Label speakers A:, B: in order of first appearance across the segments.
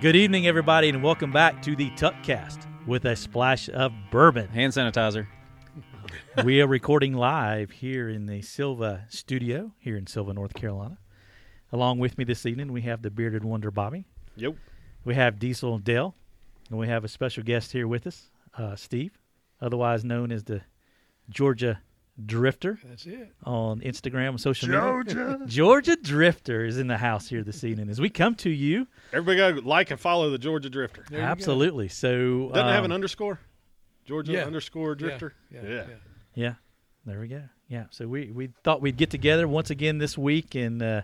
A: Good evening, everybody, and welcome back to the Tuckcast with a splash of bourbon.
B: Hand sanitizer.
A: we are recording live here in the Silva studio here in Silva, North Carolina. Along with me this evening, we have the bearded wonder Bobby.
C: Yep.
A: We have Diesel and Dale, and we have a special guest here with us, uh, Steve, otherwise known as the Georgia Drifter
C: That's it.
A: on Instagram and social media.
C: Georgia.
A: Georgia Drifter is in the house here this evening as we come to you.
C: Everybody go like and follow the Georgia Drifter.
A: Absolutely. So
C: Doesn't it have an
A: um,
C: underscore? Georgia
D: Yeah.
C: underscore Drifter.
D: Yeah.
A: Yeah, there we go. Yeah, so we we thought we'd get together once again this week and uh,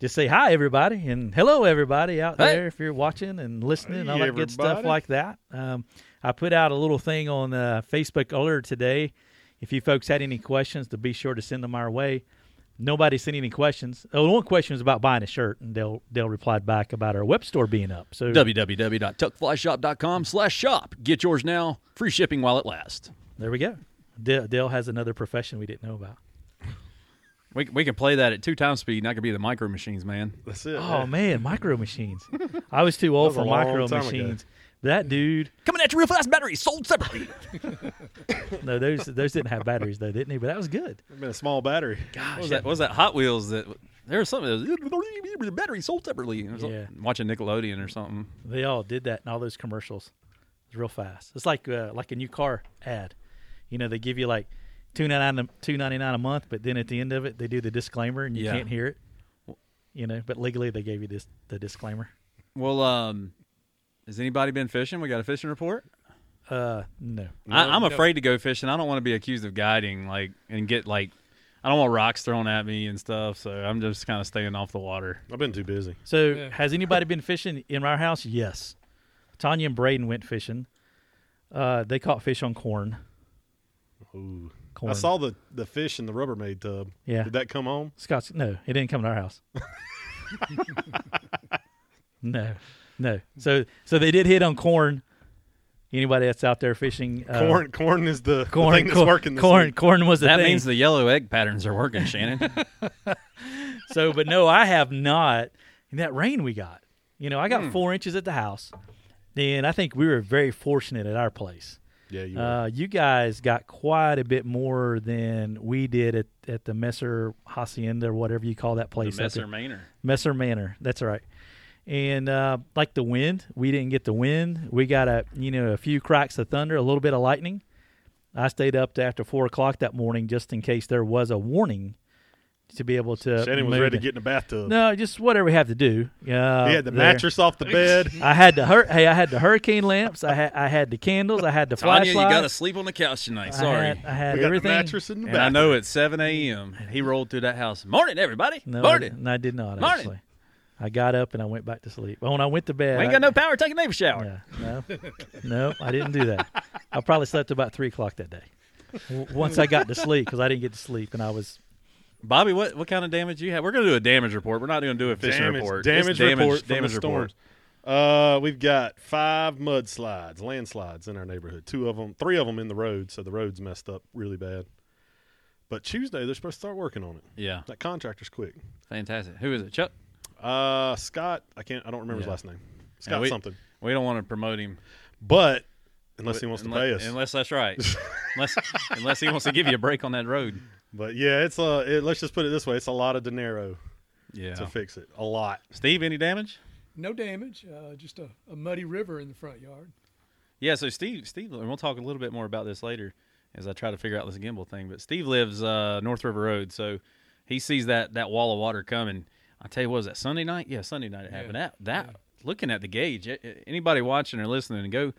A: just say hi everybody and hello everybody out
B: Hey.
A: there if you're watching and listening and all that
C: Hey,
A: good stuff
C: everybody.
A: like that. Um, I put out a little thing on uh, Facebook earlier today. If you folks had any questions, to be sure to send them our way. Nobody sent any questions. Oh, one question was about buying a shirt, and Dale Dale replied back about our web store being up. So
B: www.tuckflyshop.com slash shop. Get yours now. Free shipping while it lasts.
A: there we go. Dale, Dale has another profession we didn't know about.
B: We, we can play that at two times speed. and That could be the micro machines, man.
C: That's it.
A: Oh man, micro machines. I was too old
C: That was
A: for
C: a long
A: micro
C: time ago.
A: machines. That dude,
B: Coming at you real fast. Batteries sold separately.
A: no, those those didn't have batteries though, didn't they? But that was good.
C: It's been a small battery.
B: Gosh, what was that? What was that Hot Wheels that? There was something. That was, batteries sold separately. It was
A: Yeah.
B: Watching Nickelodeon or something.
A: They all did that in all those commercials. It's real fast. It's like uh, like a new car ad. You know, they give you like two ninety nine two ninety nine a month, but then at the end of it, they do the disclaimer and you
B: Yeah.
A: can't hear it. You know, but legally they gave you this the disclaimer.
B: Well, um, has anybody been fishing? We got a fishing report.
A: Uh, no.
B: I, I'm
D: no.
B: afraid to go fishing. I don't want to be accused of guiding, like, and get like, I don't want rocks thrown at me and stuff. So I'm just kind of staying off the water.
C: I've been too busy.
A: So
D: Yeah.
A: has anybody been fishing in our house? Yes. Tanya and Braden went fishing. Uh, they caught fish on corn.
C: Ooh.
A: Corn.
C: I saw the, the fish in the Rubbermaid tub.
A: Yeah.
C: Did that come home?
A: Scott's. No, it didn't come to our house. no, no. So so they did hit on corn. Anybody that's out there fishing uh,
C: Corn corn is the, the
A: corn,
C: thing that's
A: corn,
C: working this
A: corn,
C: week.
A: corn was the
B: That
A: thing.
B: means the yellow egg patterns are working, Shannon.
A: so, but no, I have not. And that rain we got, you know, I
C: Hmm.
A: got four inches at the house, and I think we were very fortunate at our place.
C: Yeah, you were.
A: Uh, you guys got quite a bit more than we did at, at the Messer Hacienda or whatever you call that place. up
B: Messer
A: in-
B: Manor.
A: Messer Manor. That's right. And uh, like the wind, we didn't get the wind. We got a you know a few cracks of thunder, a little bit of lightning. I stayed up to after four o'clock that morning just in case there was a warning to be able to.
C: Shannon was
A: move
C: ready
A: it.
C: to get in the bathtub.
A: Uh, No, just whatever we have to do. Yeah,
C: he had the
A: there.
C: mattress off the bed.
A: I had the hur- hey, I had the hurricane lamps. I had I had the candles. I had the
B: Tanya, you
A: flashlight.
B: got to sleep on the couch tonight.
A: I
B: Sorry.
A: had, I had
C: We got
A: everything.
C: the mattress in the
B: and I
C: bath.
B: know it's 7 a.m. He rolled through that house. Morning, everybody.
A: No, I,
B: Morning.
A: no, I did not
B: Morning.
A: actually. I got up and I went back to sleep. When I went to bed,
B: we ain't
A: I-
B: got no power. Take a nap shower.
A: Yeah, no, no, I didn't do that. I probably slept about three o'clock that day. W- Once I got to sleep, because I didn't get to sleep, and I was
B: Bobby, what, what kind of damage you have? We're going to do a damage report. We're not going to do a fishing
C: damage,
B: report.
C: Damage,
B: It's
C: report. From
B: damage
C: the
B: report.
C: storms. Uh, we've got five mudslides, landslides in our neighborhood. Two of them, three of them in the road, so the road's messed up really bad. But Tuesday they're supposed to start working on it.
B: Yeah.
C: That contractor's quick.
B: Fantastic. Who is it? Chuck?
C: Uh, Scott, I can't, I don't remember his
B: Yeah.
C: last name.
B: Yeah,
C: Scott
B: we-
C: something.
B: We don't want to promote him.
C: But unless he wants
B: unless,
C: to pay us.
B: Unless that's right. unless, unless he wants to give you a break on that road.
C: but yeah, it's a. It, let's just put it this way: it's a lot of dinero
B: Yeah.
C: to fix it. A lot.
B: Steve, any damage?
D: No damage. Uh, just a, a muddy river in the front yard.
B: Yeah, so Steve, Steve, and we'll talk a little bit more about this later as I try to figure out this gimbal thing. But Steve lives uh, North River Road, so he sees that that wall of water coming. I tell you, what was that Sunday night? Yeah, Sunday night it happened. That that looking at the gauge. a- a- Anybody watching or listening, go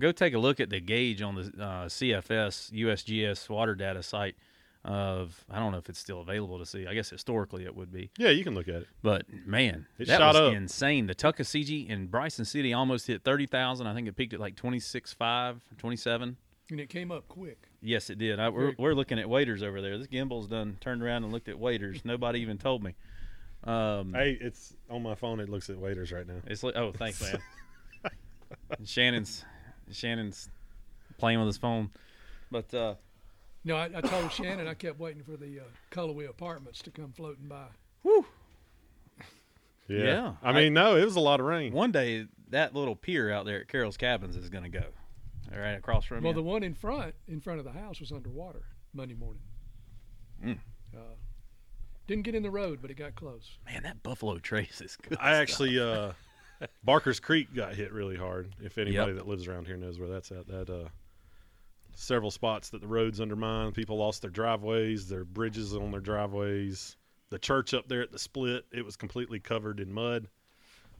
B: go take a look at the gauge on the uh, CFS USGS water data site. Of I don't know if it's still available to see. I guess historically it would be.
C: Yeah, you can look at it.
B: But man,
C: It
B: that
C: shot
B: was
C: up.
B: insane. The Tuckasegee in Bryson City almost hit thirty thousand. I think it peaked at like 26.5, 27.
D: And it came up quick.
B: Yes, it did. I, we're, we're looking at waiters over there. This gimbal's done turned around and looked at waiters. Nobody even told me. Um,
C: Hey, it's on my phone. It looks at waiters right now.
B: it's like, oh, thanks, man. And Shannon's Shannon's playing with his phone, but uh,
D: No, I, I told Shannon I kept waiting for the uh, Colorway apartments to come floating by.
C: Yeah.
E: Yeah.
C: I mean, no, it was a lot of rain.
E: One day, that little pier out there at Carol's Cabins is going to go. All right, across from
D: Well,
E: you.
D: the one in front, in front of the house, was underwater Monday morning. Uh, didn't get in the road, but it got close.
E: Man, that Buffalo Trace is good.
C: I
E: stuff.
C: actually uh Barker's Creek got hit really hard. If anybody
E: Yep.
C: that lives around here knows where that's at, that uh several spots that the roads undermined, people lost their driveways, their bridges on their driveways. The church up there at the split, it was completely covered in mud.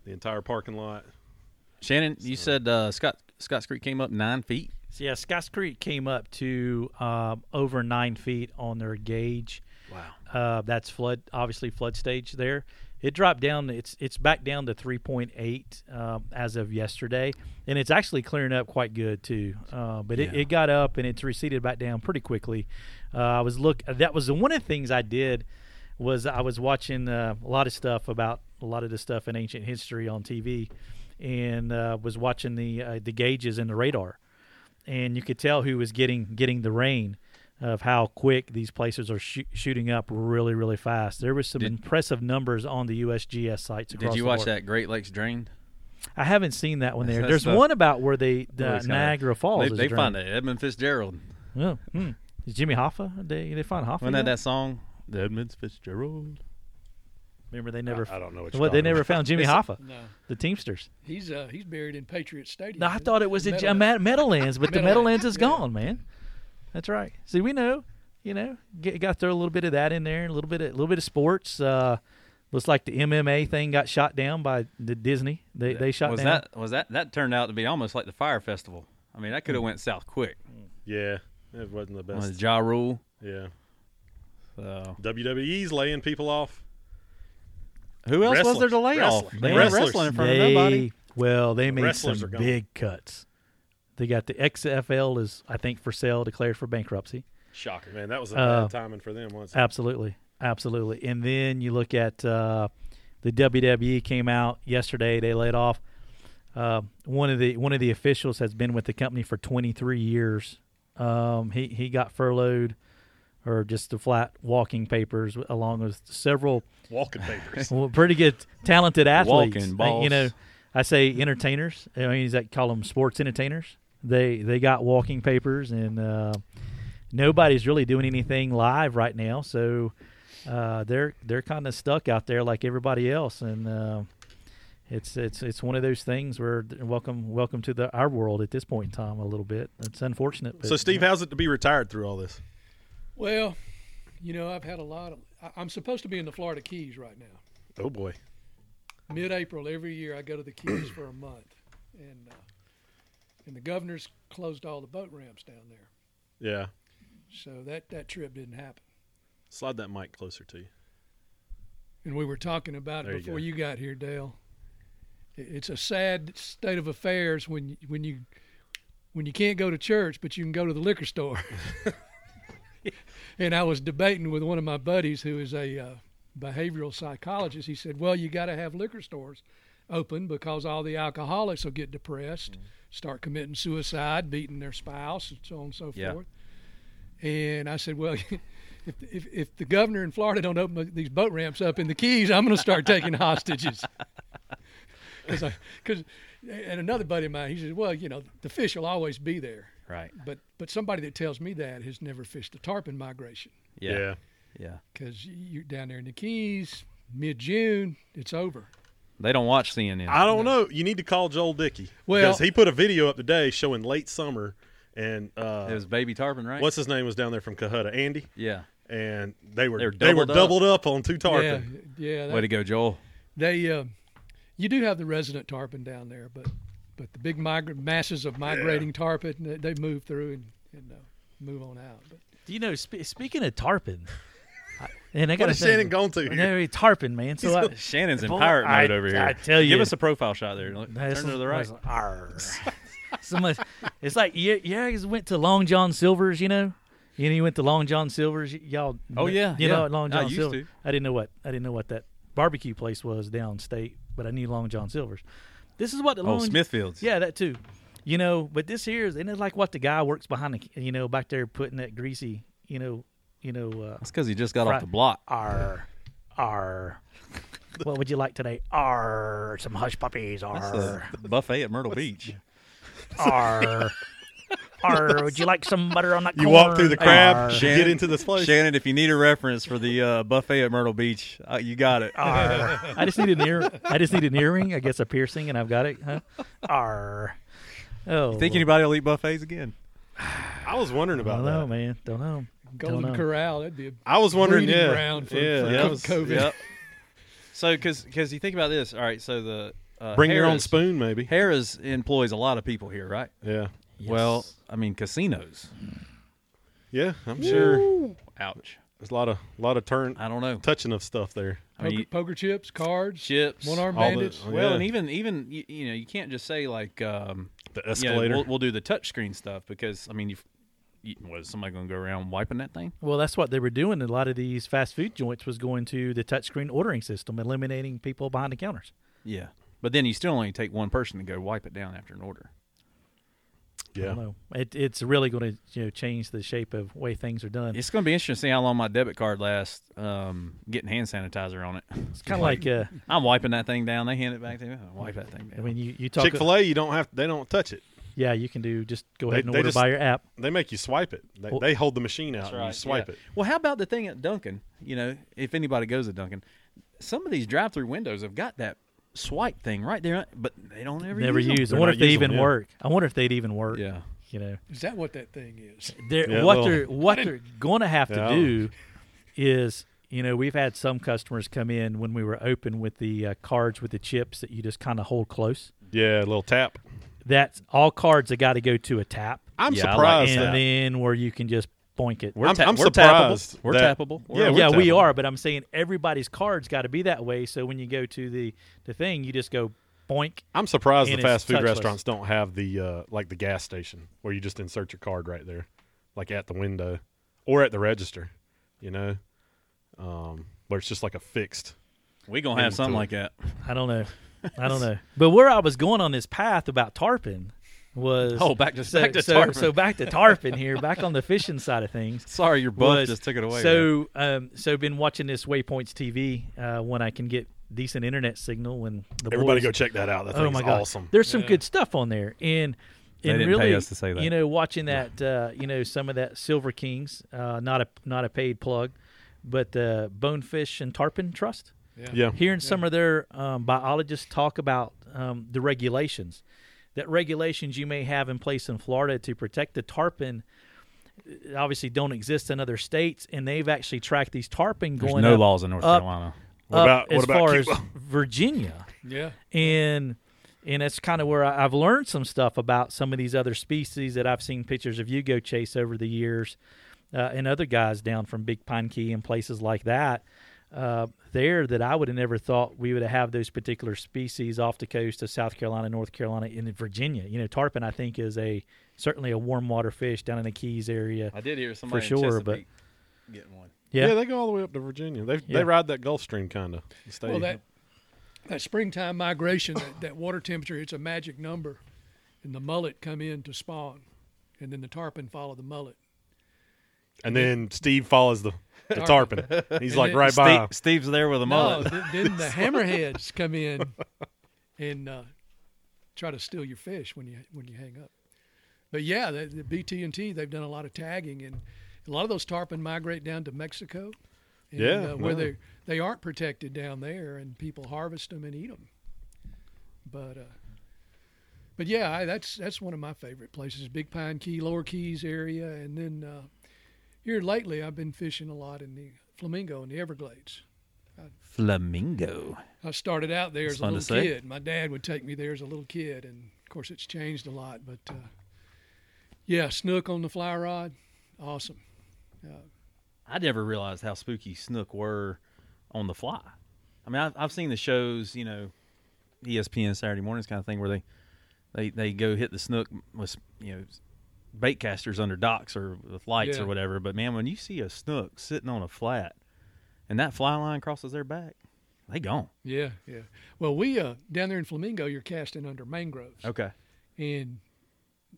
C: The entire parking lot.
E: Shannon, you said uh, Scott Scott's Creek came up nine feet.
A: So yeah, Scotts Creek came up to um, over nine feet on their gauge.
E: Wow.
A: Uh, that's flood, obviously flood stage there. It dropped down. It's it's back down to three point eight um, as of yesterday, and it's actually clearing up quite good too. Uh, but it,
E: Yeah.
A: it got up and it's receded back down pretty quickly. Uh, I was look. That was one of the things I did was I was watching uh, a lot of stuff about a lot of the stuff in ancient history on TV, and uh, was watching the uh, the gauges and the radar and you could tell who was getting getting the rain of how quick these places are shoo- shooting up really really fast. There was some
E: Did-
A: impressive numbers on the USGS sites. Across
E: Did you
A: the
E: watch
A: board.
E: that Great Lakes Drained?
A: I haven't seen that one there.
E: That's
A: There's
E: the-
A: one about where they
E: Well,
A: the
E: it's kinda-
A: Niagara Falls. is
E: They, they
A: drained.
E: find it. Edmund Fitzgerald.
A: Yeah. Hmm. Is Jimmy Hoffa? They they find Hoffa.
E: Wasn't
A: yet?
E: that that song? The Edmund Fitzgerald.
A: Remember they never.
C: I, I don't know what you're
A: What they
C: talking
A: never
C: about.
A: found Jimmy Hoffa,
D: No,
A: the Teamsters.
D: he's uh, he's buried in Patriot Stadium.
A: No, I thought it was a,
D: Metal-
A: a Ma- Meadowlands, but the Meadowlands
D: Meadowlands,
A: is
D: yeah.
A: gone, man. That's right. See, we know, you know, get, got to throw a little bit of that in there, a little bit, of, a little bit of sports. Uh, looks like the MMA thing got shot down by the Disney. They they shot
E: was
A: down.
E: that was that that turned out to be almost like the fire festival. I mean, that could have went south quick.
C: Yeah. It wasn't the
E: Was
C: best.
E: Ja Rule. Uh,
C: Yeah.
E: So.
C: WWE's laying people off.
E: Who else was
C: Wrestlers.
E: there to lay off?
C: Wrestlers.
E: They ain't
C: Wrestlers.
E: wrestling in front
A: they,
E: of nobody.
A: Well, they made
C: wrestlers are
A: some
C: gone.
A: big cuts. They got the XFL is I think for sale, declared for bankruptcy.
C: Shocker. Man, that was a
A: Uh,
C: bad timing for them once.
A: Absolutely, absolutely. And then you look at uh, the WWE came out yesterday. They laid off uh, one of the one of the officials has been with the company for 23 years. Um, he he got furloughed or just the flat walking papers along with several
C: Walking papers.
A: well, pretty good talented athletes.
E: Walking
A: Uh, You
E: balls.
A: know, I say entertainers. I mean, I call them sports entertainers. They they got walking papers, and uh, nobody's really doing anything live right now. So uh, they're they're kind of stuck out there like everybody else, and uh, it's it's it's one of those things where welcome welcome to the our world at this point in time a little bit. It's unfortunate. But,
C: so Steve, how's it to be retired through all this?
D: Well, you know, I've had a lot of. I, I'm supposed to be in the Florida Keys right now.
C: Oh boy.
D: mid-April every year, I go to the Keys for a month, and uh, and the governor's closed all the boat ramps down there,
C: Yeah.
D: so that that trip didn't happen.
C: Slide that mic closer to you.
D: And we were talking about
C: There
D: it
C: you
D: before
C: go.
D: you, got here, Dale. I- It's a sad state of affairs when y- when you when you can't go to church, but you can go to the liquor store. and I was debating with one of my buddies who is a uh, behavioral psychologist. He said, "Well, you got to have liquor stores open because all the alcoholics will get depressed, start committing suicide, beating their spouse, and so on and so
E: Yeah.
D: forth." And I said, "Well." if, if, if the governor in Florida don't open up these boat ramps up in the Keys, I'm going to start taking hostages. Because, and another buddy of mine, he says, well, you know, the fish will always be there,
E: Right.
D: but but somebody that tells me that has never fished the tarpon migration.
E: Yeah. Yeah.
C: yeah.
D: Because you're down there in the Keys, mid June, it's over.
E: They don't watch CNN.
C: I don't know. You need to call Joel Dickey
D: Well-
C: because he put a video up today showing late summer, and uh,
E: it was Baby Tarpon, right?
C: what's his name was down there from Cahuta, Andy,
E: yeah.
C: and they were
E: They
C: they
E: were
C: were, doubled,
E: doubled
C: up.
E: up.
C: on two tarpon.
D: Yeah, yeah.
E: Way to go, Joel.
D: They, uh, you do have the resident tarpon down there, but but the big migra- masses of migrating tarpon, they, they move through and, and uh, move on out. But
A: you know, spe- speaking of tarpon, I- and I got
C: What has Shannon gone to here?
A: tarpon man. So I,
E: Shannon's in
A: Boy,
E: pirate
A: I-
E: mode over here.
A: I tell
E: give
A: you.
E: us a profile shot there. Look,
A: No, it's
E: turn to
A: some-
E: the right.
A: it's like, "Arr." So much- it's like yeah, yeah. He went to Long John Silver's, you know. You know, you went to Long John Silver's. y- Y'all,
E: Oh, yeah,
A: you
E: yeah.
A: know Long
E: I
A: John
E: used
A: Silver.
E: to.
A: I didn't know what I didn't know what that barbecue place was downstate, but I knew Long John Silver's. This is what the
E: Oh,
A: Long
E: Smithfields.
A: yeah, that too. You know, but this here is, and it's like what the guy works behind the, you know, back there putting that greasy, you know, you know, uh,
E: That's because he just got
A: Fri-
E: off the block.
A: R, R. What would you like today? R some hush puppies.
F: That's the,
A: R
F: the buffet at Myrtle Beach.
A: R R. Would you like some butter on that?
C: You walk through the
A: corn?
C: crab,
A: Arr.
C: get into this place.
F: Shannon, if you need a reference for the uh, buffet at Myrtle Beach, uh, you got it.
C: Ah.
A: Arr. I just need an ear. I just need an earring. I guess a piercing, and I've got it. Huh? R. Oh,
F: Think anybody will eat buffets again?
C: I was wondering
A: I
C: about
A: don't
C: that.
A: know, man. Don't know.
D: Golden
A: know.
D: Corral. That'd be a
C: I was wondering,
D: breeding
C: yeah,
D: ground for-
C: yeah,
D: for
C: that
D: co-
C: was-
D: COVID.
B: Yep. so, because you think about this, all right. So the uh,
C: bring your own
B: Harrah's-
C: spoon, maybe.
B: Harrah's employs a lot of people here, right?
C: Yeah,
B: Well, I mean, casinos.
C: yeah, I'm sure.
B: Ouch.
C: There's a lot of lot of turn
B: I don't know.
C: touching of stuff there.
B: I mean,
D: poker,
B: you-
D: poker chips, cards,
B: chips.
D: one arm
C: all the-
D: bandits.
C: oh,
B: Well,
C: yeah.
B: and even even you, you know you can't just say like um,
C: The
B: you know,
C: escalator.
B: we'll, we'll do the touchscreen stuff because I mean you've, you was somebody going to go around wiping that thing?
A: Well, that's what they were doing. A lot of these fast food joints was going to the touchscreen ordering system, eliminating people behind the counters.
B: Yeah, but then you still only take one person to go wipe it down after an order.
A: I
C: yeah,
A: don't know. It, it's really going to you know change the shape of way things are done.
B: It's going to be interesting to see how long my debit card lasts. Um, getting hand sanitizer on it.
A: It's kind of like uh,
B: I'm wiping that thing down. They hand it back to me. I wipe that thing
A: I
B: down.
A: mean, you you talk.
C: Chick Fil A. You don't have. They don't touch it.
A: Yeah, you can do just go ahead
C: They-
A: and
C: they
A: order
C: just-
A: by your app.
C: They make you swipe it. They,
A: Well-
C: they hold the machine out and you
B: That's right,
C: swipe
B: yeah.
C: it.
B: Well, how about the thing at Duncan? You know, if anybody goes to Duncan, some of these drive-through windows have got that swipe thing right there, but they don't ever
A: Never
B: use. 'em.
A: use. I
C: They're
A: wonder
C: not
A: if they
C: using
A: even
C: them, yeah.
A: work. I wonder if they'd even work.
B: Yeah.
A: you know,
D: Is that what that thing is?
A: they're,
C: Yeah,
A: what
C: well-
A: they're what they're going to have to
C: Yeah.
A: do is you know we've had some customers come in when we were open with the uh, cards with the chips that you just kind of hold close.
C: Yeah, a little tap.
A: That's all cards that got to go to a tap,
C: I'm
B: Yeah, I like
C: surprised.
A: and
C: that-
A: then where you can just boink it.
B: We're
C: I'm-
B: ta-
C: I'm
B: we're
C: surprised
B: Tappable. We're
C: that-
B: tappable.
C: Yeah,
B: We're
C: we're
A: yeah, we
C: tappable.
A: are, but I'm saying everybody's cards got to be that way. So when you go to the the thing, you just go boink.
C: I'm surprised
A: And
C: the
A: it's
C: fast food
A: touchless.
C: restaurants don't have the uh, like the gas station where you just insert your card right there, like at the window or at the register. You know, um, where it's just like a fixed.
B: we gonna have something like that.
A: I don't know. I don't know. But where I was going on this path about tarpon was
B: Oh, back to-
A: so,
B: back to
A: so,
B: tarpon.
A: So back to tarpon here, back on the fishing side of things.
B: Sorry, your buff
A: was-
B: just took it away. man.
A: So, um, so been watching this Waypoints TV uh, when I can get decent internet signal. When the
C: Everybody
A: boys,
C: go check that out. That
A: Oh
C: thing's
A: my god,
C: awesome.
A: there's some good stuff on there, and and
B: didn't pay
A: really,
B: us to say that.
A: you know, watching that, uh, you know, some of that Silver Kings, uh, not a not a paid plug, but uh, Bonefish and Tarpon Trust
C: yeah,
A: hearing some of their um, biologists talk about um, the regulations that regulations you may have in place in Florida to protect the tarpon uh, obviously don't exist in other states and they've actually tracked these tarpon
B: there's
A: going
B: no
A: up,
B: laws in North
A: up,
B: Carolina.
C: What
A: up
C: about- what
A: as
C: about
A: far
C: Cuba?
A: as Virginia
D: Yeah.
A: and and that's kind of where I, I've learned some stuff about some of these other species that I've seen pictures of you go chase over the years, uh, and other guys down from Big Pine Key and places like that. Uh, there that I would have never thought we would have those particular species off the coast of South Carolina, North Carolina, and in Virginia. You know, tarpon I think is a certainly a warm water fish down in the Keys area.
B: I did hear somebody
A: in sure, but- Chesapeake
B: getting one.
A: Yeah.
C: yeah, they go all the way up to Virginia. They
A: Yeah.
C: they ride that Gulf Stream kind of.
D: Well, that that springtime migration, that, that water temperature, it's a magic number, and the mullet come in to spawn, and then the tarpon follow the mullet.
C: and then Steve follows the, the
D: Tarpon.
C: tarpon. He's
D: And
C: like
D: then
C: right by. him.
F: Steve's there with a
D: No,
F: mullet.
D: th- then the hammerheads come in and uh, try to steal your fish when you when you hang up. But yeah, the, the BT and T they've done a lot of tagging, and a lot of those tarpon migrate down to Mexico. And,
C: Yeah,
D: uh, where
C: wow.
D: they they aren't protected down there, and people harvest them and eat them. But uh, but yeah, I, that's that's one of my favorite places: Big Pine Key, Lower Keys area, and then uh, here lately I've been fishing a lot in the flamingo in the Everglades.
B: Flamingo.
D: I started out there
B: It's
D: as a
B: fun to
D: little
B: say.
D: kid. My dad would take me there as a little kid, and of course it's changed a lot. But uh, yeah, snook on the fly rod, awesome.
B: I never realized how spooky snook were on the fly. I mean, I've, I've seen the shows, you know, E ESPN Saturday mornings kind of thing where they they they go hit the snook with you know bait casters under docks or with lights
D: Yeah.
B: or whatever. But man, when you see a snook sitting on a flat and that fly line crosses their back, they gone.
D: Yeah, yeah. Well, we uh, down there in Flamingo, you're casting under mangroves,
B: Okay.
D: and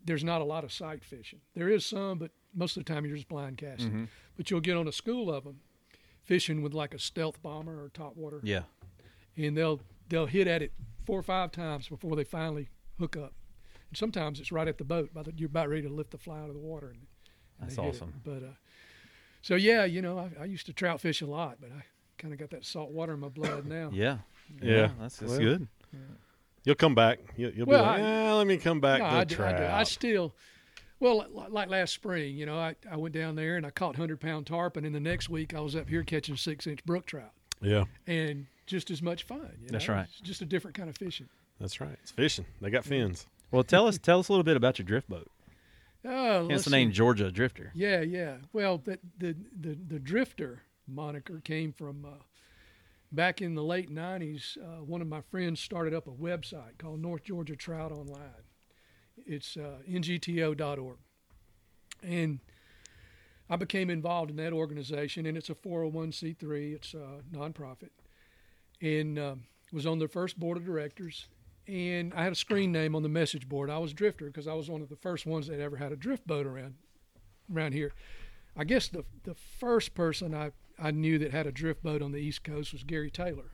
D: there's not a lot of sight fishing. There is some, but most of the time you're just blind casting.
B: Mm-hmm.
D: But you'll get on a school of them fishing with like a stealth bomber or top water,
B: Yeah.
D: and they'll they'll hit at it four or five times before they finally hook up. And sometimes it's right at the boat by the you're about ready to lift the fly out of the water. And, and
E: That's
D: they hit it.
E: awesome.
D: But uh, so yeah, you know, I, I used to trout fish a lot, but I kind of got that salt water in my blood now.
E: Yeah.
C: Yeah.
E: that's, that's
C: Well,
E: good.
C: You'll come back. You'll, you'll
D: Well,
C: be like,
D: I-
C: yeah, let me come back
D: No,
C: to
D: I do, I
C: trout.
D: do. I still, well, li- like last spring, you know, I, I went down there and I caught 100 pound tarpon, and the next week I was up here catching six inch brook trout
C: yeah,
D: and just as much fun. you
E: That's
D: know?
E: right.
D: It's just a different kind of fishing.
C: that's right. It's fishing. They got fins.
B: Well, tell us tell us a little bit about your drift boat.
D: Oh,
E: Hence
D: let's
E: the
D: see.
E: name Georgia Drifter.
D: Yeah, yeah. Well, the the the, the drifter moniker came from uh, back in the late '90s. Uh, one of my friends started up a website called North Georgia Trout Online. It's uh, ngto.org, and I became involved in that organization. And it's a 401c3. It's a nonprofit, and um was on their first board of directors. And I had a screen name on the message board. I was Drifter because I was one of the first ones that ever had a drift boat around around here. I guess the the first person I, I knew that had a drift boat on the East Coast was Gary Taylor.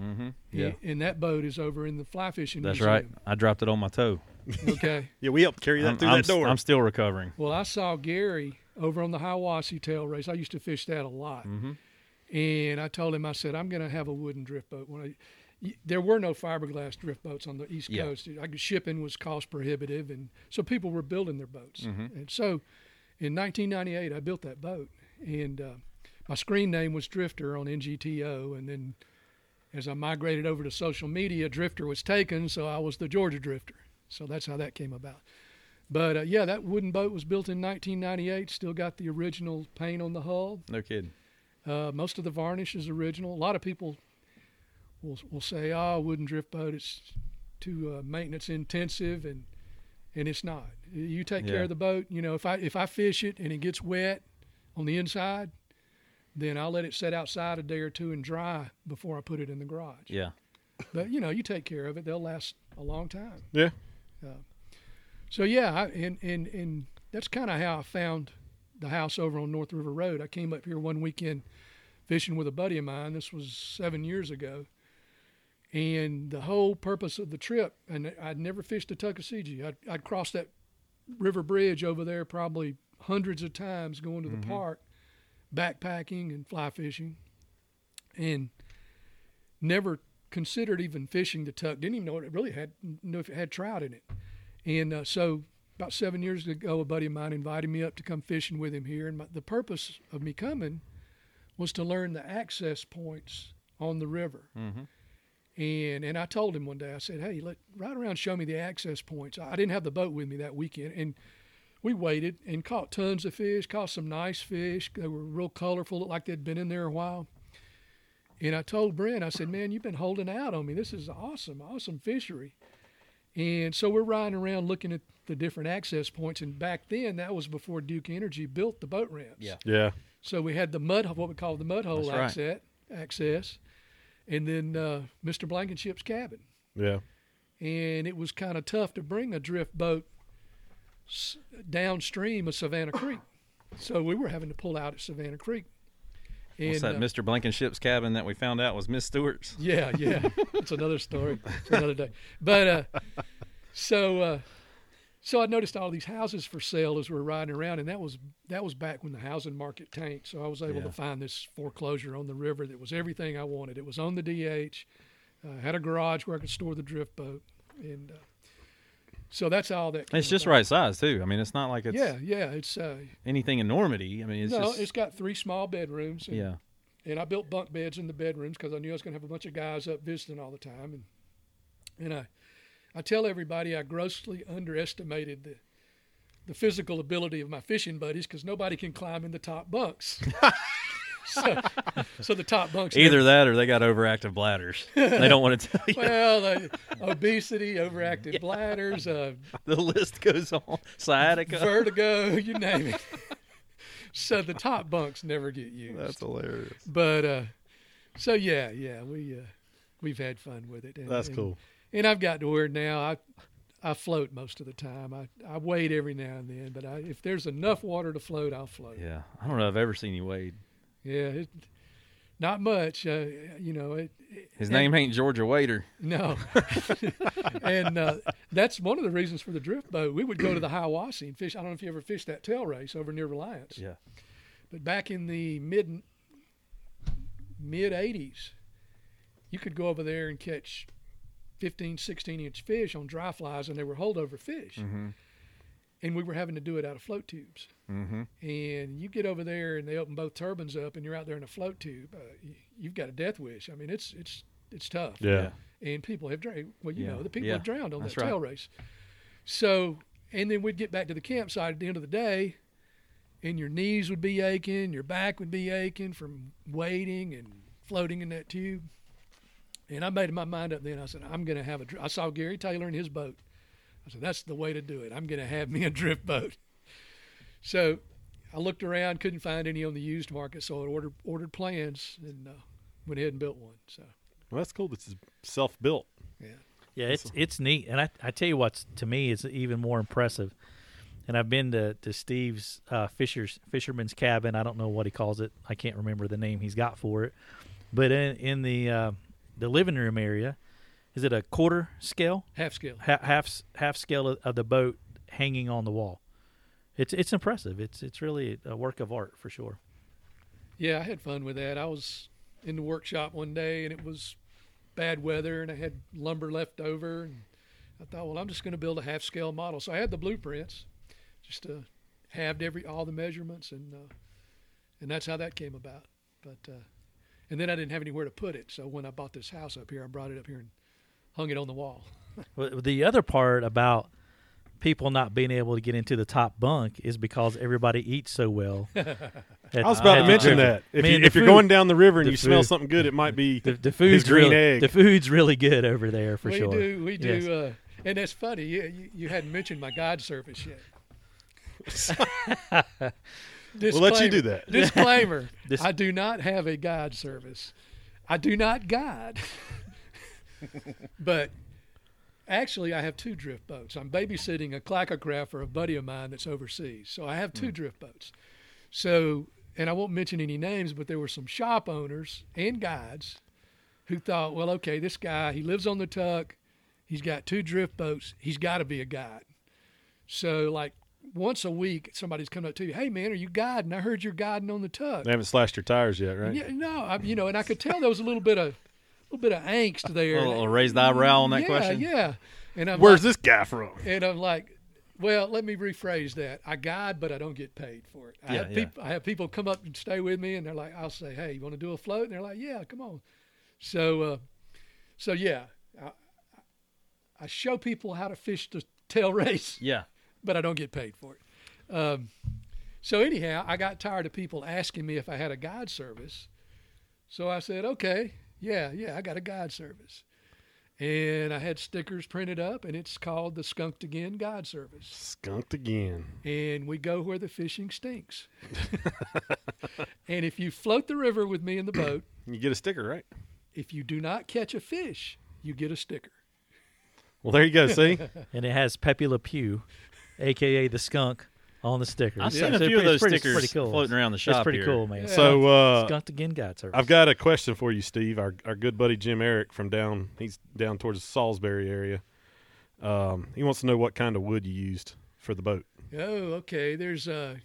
E: Mhm.
D: He-
B: Yeah.
D: and that boat is over in the fly fishing.
E: That's right.
D: museum.
B: I dropped it on my toe.
D: Okay.
C: Yeah, we helped carry that
B: I'm,
C: through
B: I'm
C: that
B: s-
C: door.
B: I'm still recovering.
D: well, I saw Gary over on the Hiawassee tail race. I used to fish that a lot. And I told him, I said, I'm going to have a wooden drift boat. When I, y- there were no fiberglass drift boats on the East
E: Yeah.
D: Coast. I, could- shipping was cost prohibitive, and so people were building their boats. And so, in 1998, I built that boat, and uh, my screen name was Drifter on NGTO. And then, as I migrated over to social media, Drifter was taken, so I was the Georgia Drifter. So that's how that came about. But uh, yeah, that wooden boat was built in 1998. Still got the original paint on the hull.
E: No kidding.
D: Uh, most of the varnish is original. A lot of people will will say, "Oh, wooden drift boat, it's too uh, maintenance intensive," and and it's not. You take care
E: Yeah.
D: of the boat. You know, if I if I fish it and it gets wet on the inside, then I'll let it set outside a day or two and dry before I put it in the garage.
E: Yeah.
D: But you know, you take care of it; they'll last a long time.
C: yeah,
D: So yeah, I, and and and that's kind of how I found the house over on North River Road. I came up here one weekend fishing with a buddy of mine. This was seven years ago, and the whole purpose of the trip, and I'd never fished the Tuckasegee. I'd, I'd crossed that river bridge over there probably hundreds of times going to the park, backpacking and fly fishing, and never considered even fishing the Tuck. Didn't even know it really had know if it had trout in it. And uh, so, about seven years ago, a buddy of mine invited me up to come fishing with him here. And my, the purpose of me coming was to learn the access points on the river. And and I told him one day, I said, "Hey, let right around show me the access points." I, I didn't have the boat with me that weekend, and we waited and caught tons of fish. Caught some nice fish. They were real colorful, looked like they'd been in there a while. And I told Brent, I said, "Man, you've been holding out on me. This is awesome, awesome fishery." And so we're riding around looking at the different access points. And back then, that was before Duke Energy built the boat ramps.
E: Yeah.
C: yeah.
D: So we had the mud, what we call the mud hole
E: That's
D: access,
E: right.
D: access, and then uh, Mr. Blankenship's cabin.
C: Yeah.
D: And it was kind of tough to bring a drift boat s- downstream of Savannah Creek. So we were having to pull out at Savannah Creek. And,
E: What's that,
D: uh,
E: Mr. Blankenship's cabin that we found out was Miss Stewart's?
D: yeah, yeah. It's another story. It's another day. But uh, so uh, so I noticed all these houses for sale as we were riding around, and that was that was back when the housing market tanked. So I was able to find this foreclosure on the river that was everything I wanted. It was on the DH. Uh, had a garage where I could store the drift boat, and uh, so that's all that.
E: It's
D: came
E: just
D: about.
E: right size too. I mean, it's not like it's
D: Yeah, yeah. It's uh,
E: anything enormity. I mean, it's
D: no,
E: just
D: it's got three small bedrooms. and-
E: yeah,
D: and I built bunk beds in the bedrooms because I knew I was going to have a bunch of guys up visiting all the time, and and I I tell everybody I grossly underestimated the the physical ability of my fishing buddies because nobody can climb in the top bunks. so, so the top bunks
E: either that or they got overactive bladders. they don't want to tell you.
D: well, like, obesity, overactive bladders, uh,
E: The list goes on. Sciatica.
D: vertigo, you name it. so the top bunks never get used.
B: hilarious.
D: but uh, so yeah, yeah, we uh, we've had fun with it. And,
C: That's
D: and-
C: cool.
D: And I've got to where now I I float most of the time. I, I wade every now and then, but I, if there's enough water to float, I'll float.
E: yeah, I don't know. if I've ever seen you wade.
D: Yeah, it, not much. Uh, you know, it,
E: His name ain't Georgia Waiter.
D: No. and uh, that's one of the reasons for the drift boat. We would go to the Hiawassee and fish. I don't know if you ever fished that tail race over near Reliance.
E: Yeah.
D: But back in the mid mid 80s, you could go over there and catch 15, 16 inch fish on dry flies, and they were holdover fish. And we were having to do it out of float tubes.
E: Mm-hmm.
D: And you get over there, and they open both turbines up, and you're out there in a float tube. Uh, y- you've got a death wish. I mean, it's it's it's tough
C: Yeah.
D: and people have drowned. Well, you
E: Yeah.
D: know, the people
E: Yeah.
D: have drowned on
E: That's
D: that tail race. So, and then we'd get back to the campsite at the end of the day, and your knees would be aching, your back would be aching from wading and floating in that tube. And I made my mind up then. I said, I'm going to have a. dr- I saw Gary Taylor in his boat. I said, that's the way to do it. I'm going to have me a drift boat. So I looked around, couldn't find any on the used market, so I ordered ordered plans and uh, went ahead and built one. So
C: Well, that's cool. This is self built.
D: yeah.
A: Yeah, it's it's neat, and I I tell you what's to me is even more impressive. And I've been to to Steve's uh, Fisher's Fisherman's Cabin. I don't know what he calls it. I can't remember the name he's got for it. But in in the uh, the living room area, is it a quarter scale,
D: Half scale.
A: ha- half s- half scale of, of the boat hanging on the wall? It's it's impressive. It's it's really a work of art for sure.
D: Yeah, I had fun with that. I was in the workshop one day and it was bad weather and I had lumber left over and I thought, well, I'm just going to build a half scale model. So I had the blueprints, just uh, halved every all the measurements and uh, and that's how that came about. But uh, and then I didn't have anywhere to put it, so when I bought this house up here, I brought it up here and hung it on the wall.
A: Well, The other part about people not being able to get into the top bunk is because everybody eats so well.
C: I was about to mention that. If,
A: Uh, Man,
C: you,
A: the
C: if you're
A: food-
C: going down the river and
A: the
C: you smell
A: food-
C: something good, it might be
A: The, the
C: his
A: food's
C: green
A: really,
C: egg.
A: The food's really good over there for
D: we
A: sure.
D: do, we do,
A: Yes.
D: uh, and that's funny. You, you, you hadn't mentioned my guide service yet.
C: We'll let you do
D: Disclaimer-
C: that.
D: Disclaimer:
A: This-
D: I do not have a guide service. I do not guide, but actually, I have two drift boats. I'm babysitting a clackograph for a buddy of mine that's overseas, so I have
A: Mm.
D: two drift boats. So, and I won't mention any names, but there were some shop owners and guides who thought, well, okay, this guy he lives on the tuck, he's got two drift boats, he's got to be a guide. So, like once a week, somebody's coming up to you, hey man, are you guiding? I heard you're guiding on the tuck.
C: They haven't slashed your tires yet, right?
D: Yeah, no, I, you know, and I could tell there was a little bit of, a little bit of angst there.
E: A little raised eyebrow on that
D: yeah,
E: question.
D: yeah. And I'm
C: Where's
D: like,
C: this guy from?
D: and I'm like, well, let me rephrase that. I guide, but I don't get paid for it. I,
E: Yeah,
D: have
E: yeah.
D: peop- I have people come up and stay with me, and they're like, I'll say, hey, you want to do a float? And they're like, yeah, come on. So, uh, so yeah, I, I show people how to fish the tail race
E: Yeah.
D: but I don't get paid for it. Um, so anyhow, I got tired of people asking me if I had a guide service. So I said, okay, yeah, yeah, I got a guide service. And I had stickers printed up, and it's called the Skunked Again Guide Service.
C: Skunked again.
D: And we go where the fishing stinks. and if you float the river with me in the boat,
C: You get a sticker, right?
D: if you do not catch a fish, you get a sticker.
C: Well, there you go. See,
A: And it has Pepe Le Pew, aka the skunk, on the sticker.
E: I've
A: So
E: seen a
A: it's
E: few
A: pretty-
E: of those
A: pretty-
E: stickers floating around the
A: It's
E: shop
A: pretty
E: here.
A: cool, man.
C: so uh,
A: Skunked again, guide service.
C: I've got a question for you, Steve. Our our good buddy Jim Eric from down he's down towards the Salisbury area. Um, he wants to know what kind of wood you used for the boat.
D: Oh, okay. There's a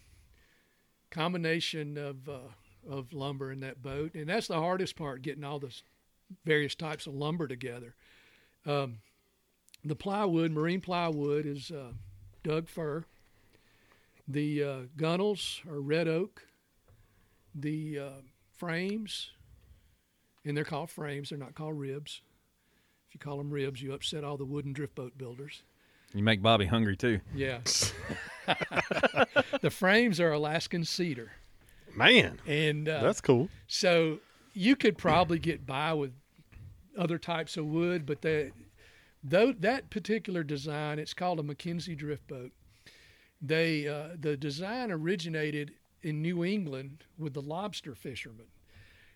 D: combination of uh, of lumber in that boat, and that's the hardest part: getting all the s- various types of lumber together. Um, the plywood, marine plywood, is uh, Doug fir. The uh, gunnels are red oak. The uh, frames, and they're called frames. They're not called ribs. If you call them ribs, you upset all the wooden drift boat builders.
E: You make Bobby hungry too.
D: Yeah. the frames are Alaskan cedar.
C: Man,
D: And uh,
C: that's cool.
D: so you could probably get by with other types of wood, but that though that particular design, it's called a Mackenzie drift boat. They uh, the design originated in New England with the lobster fishermen.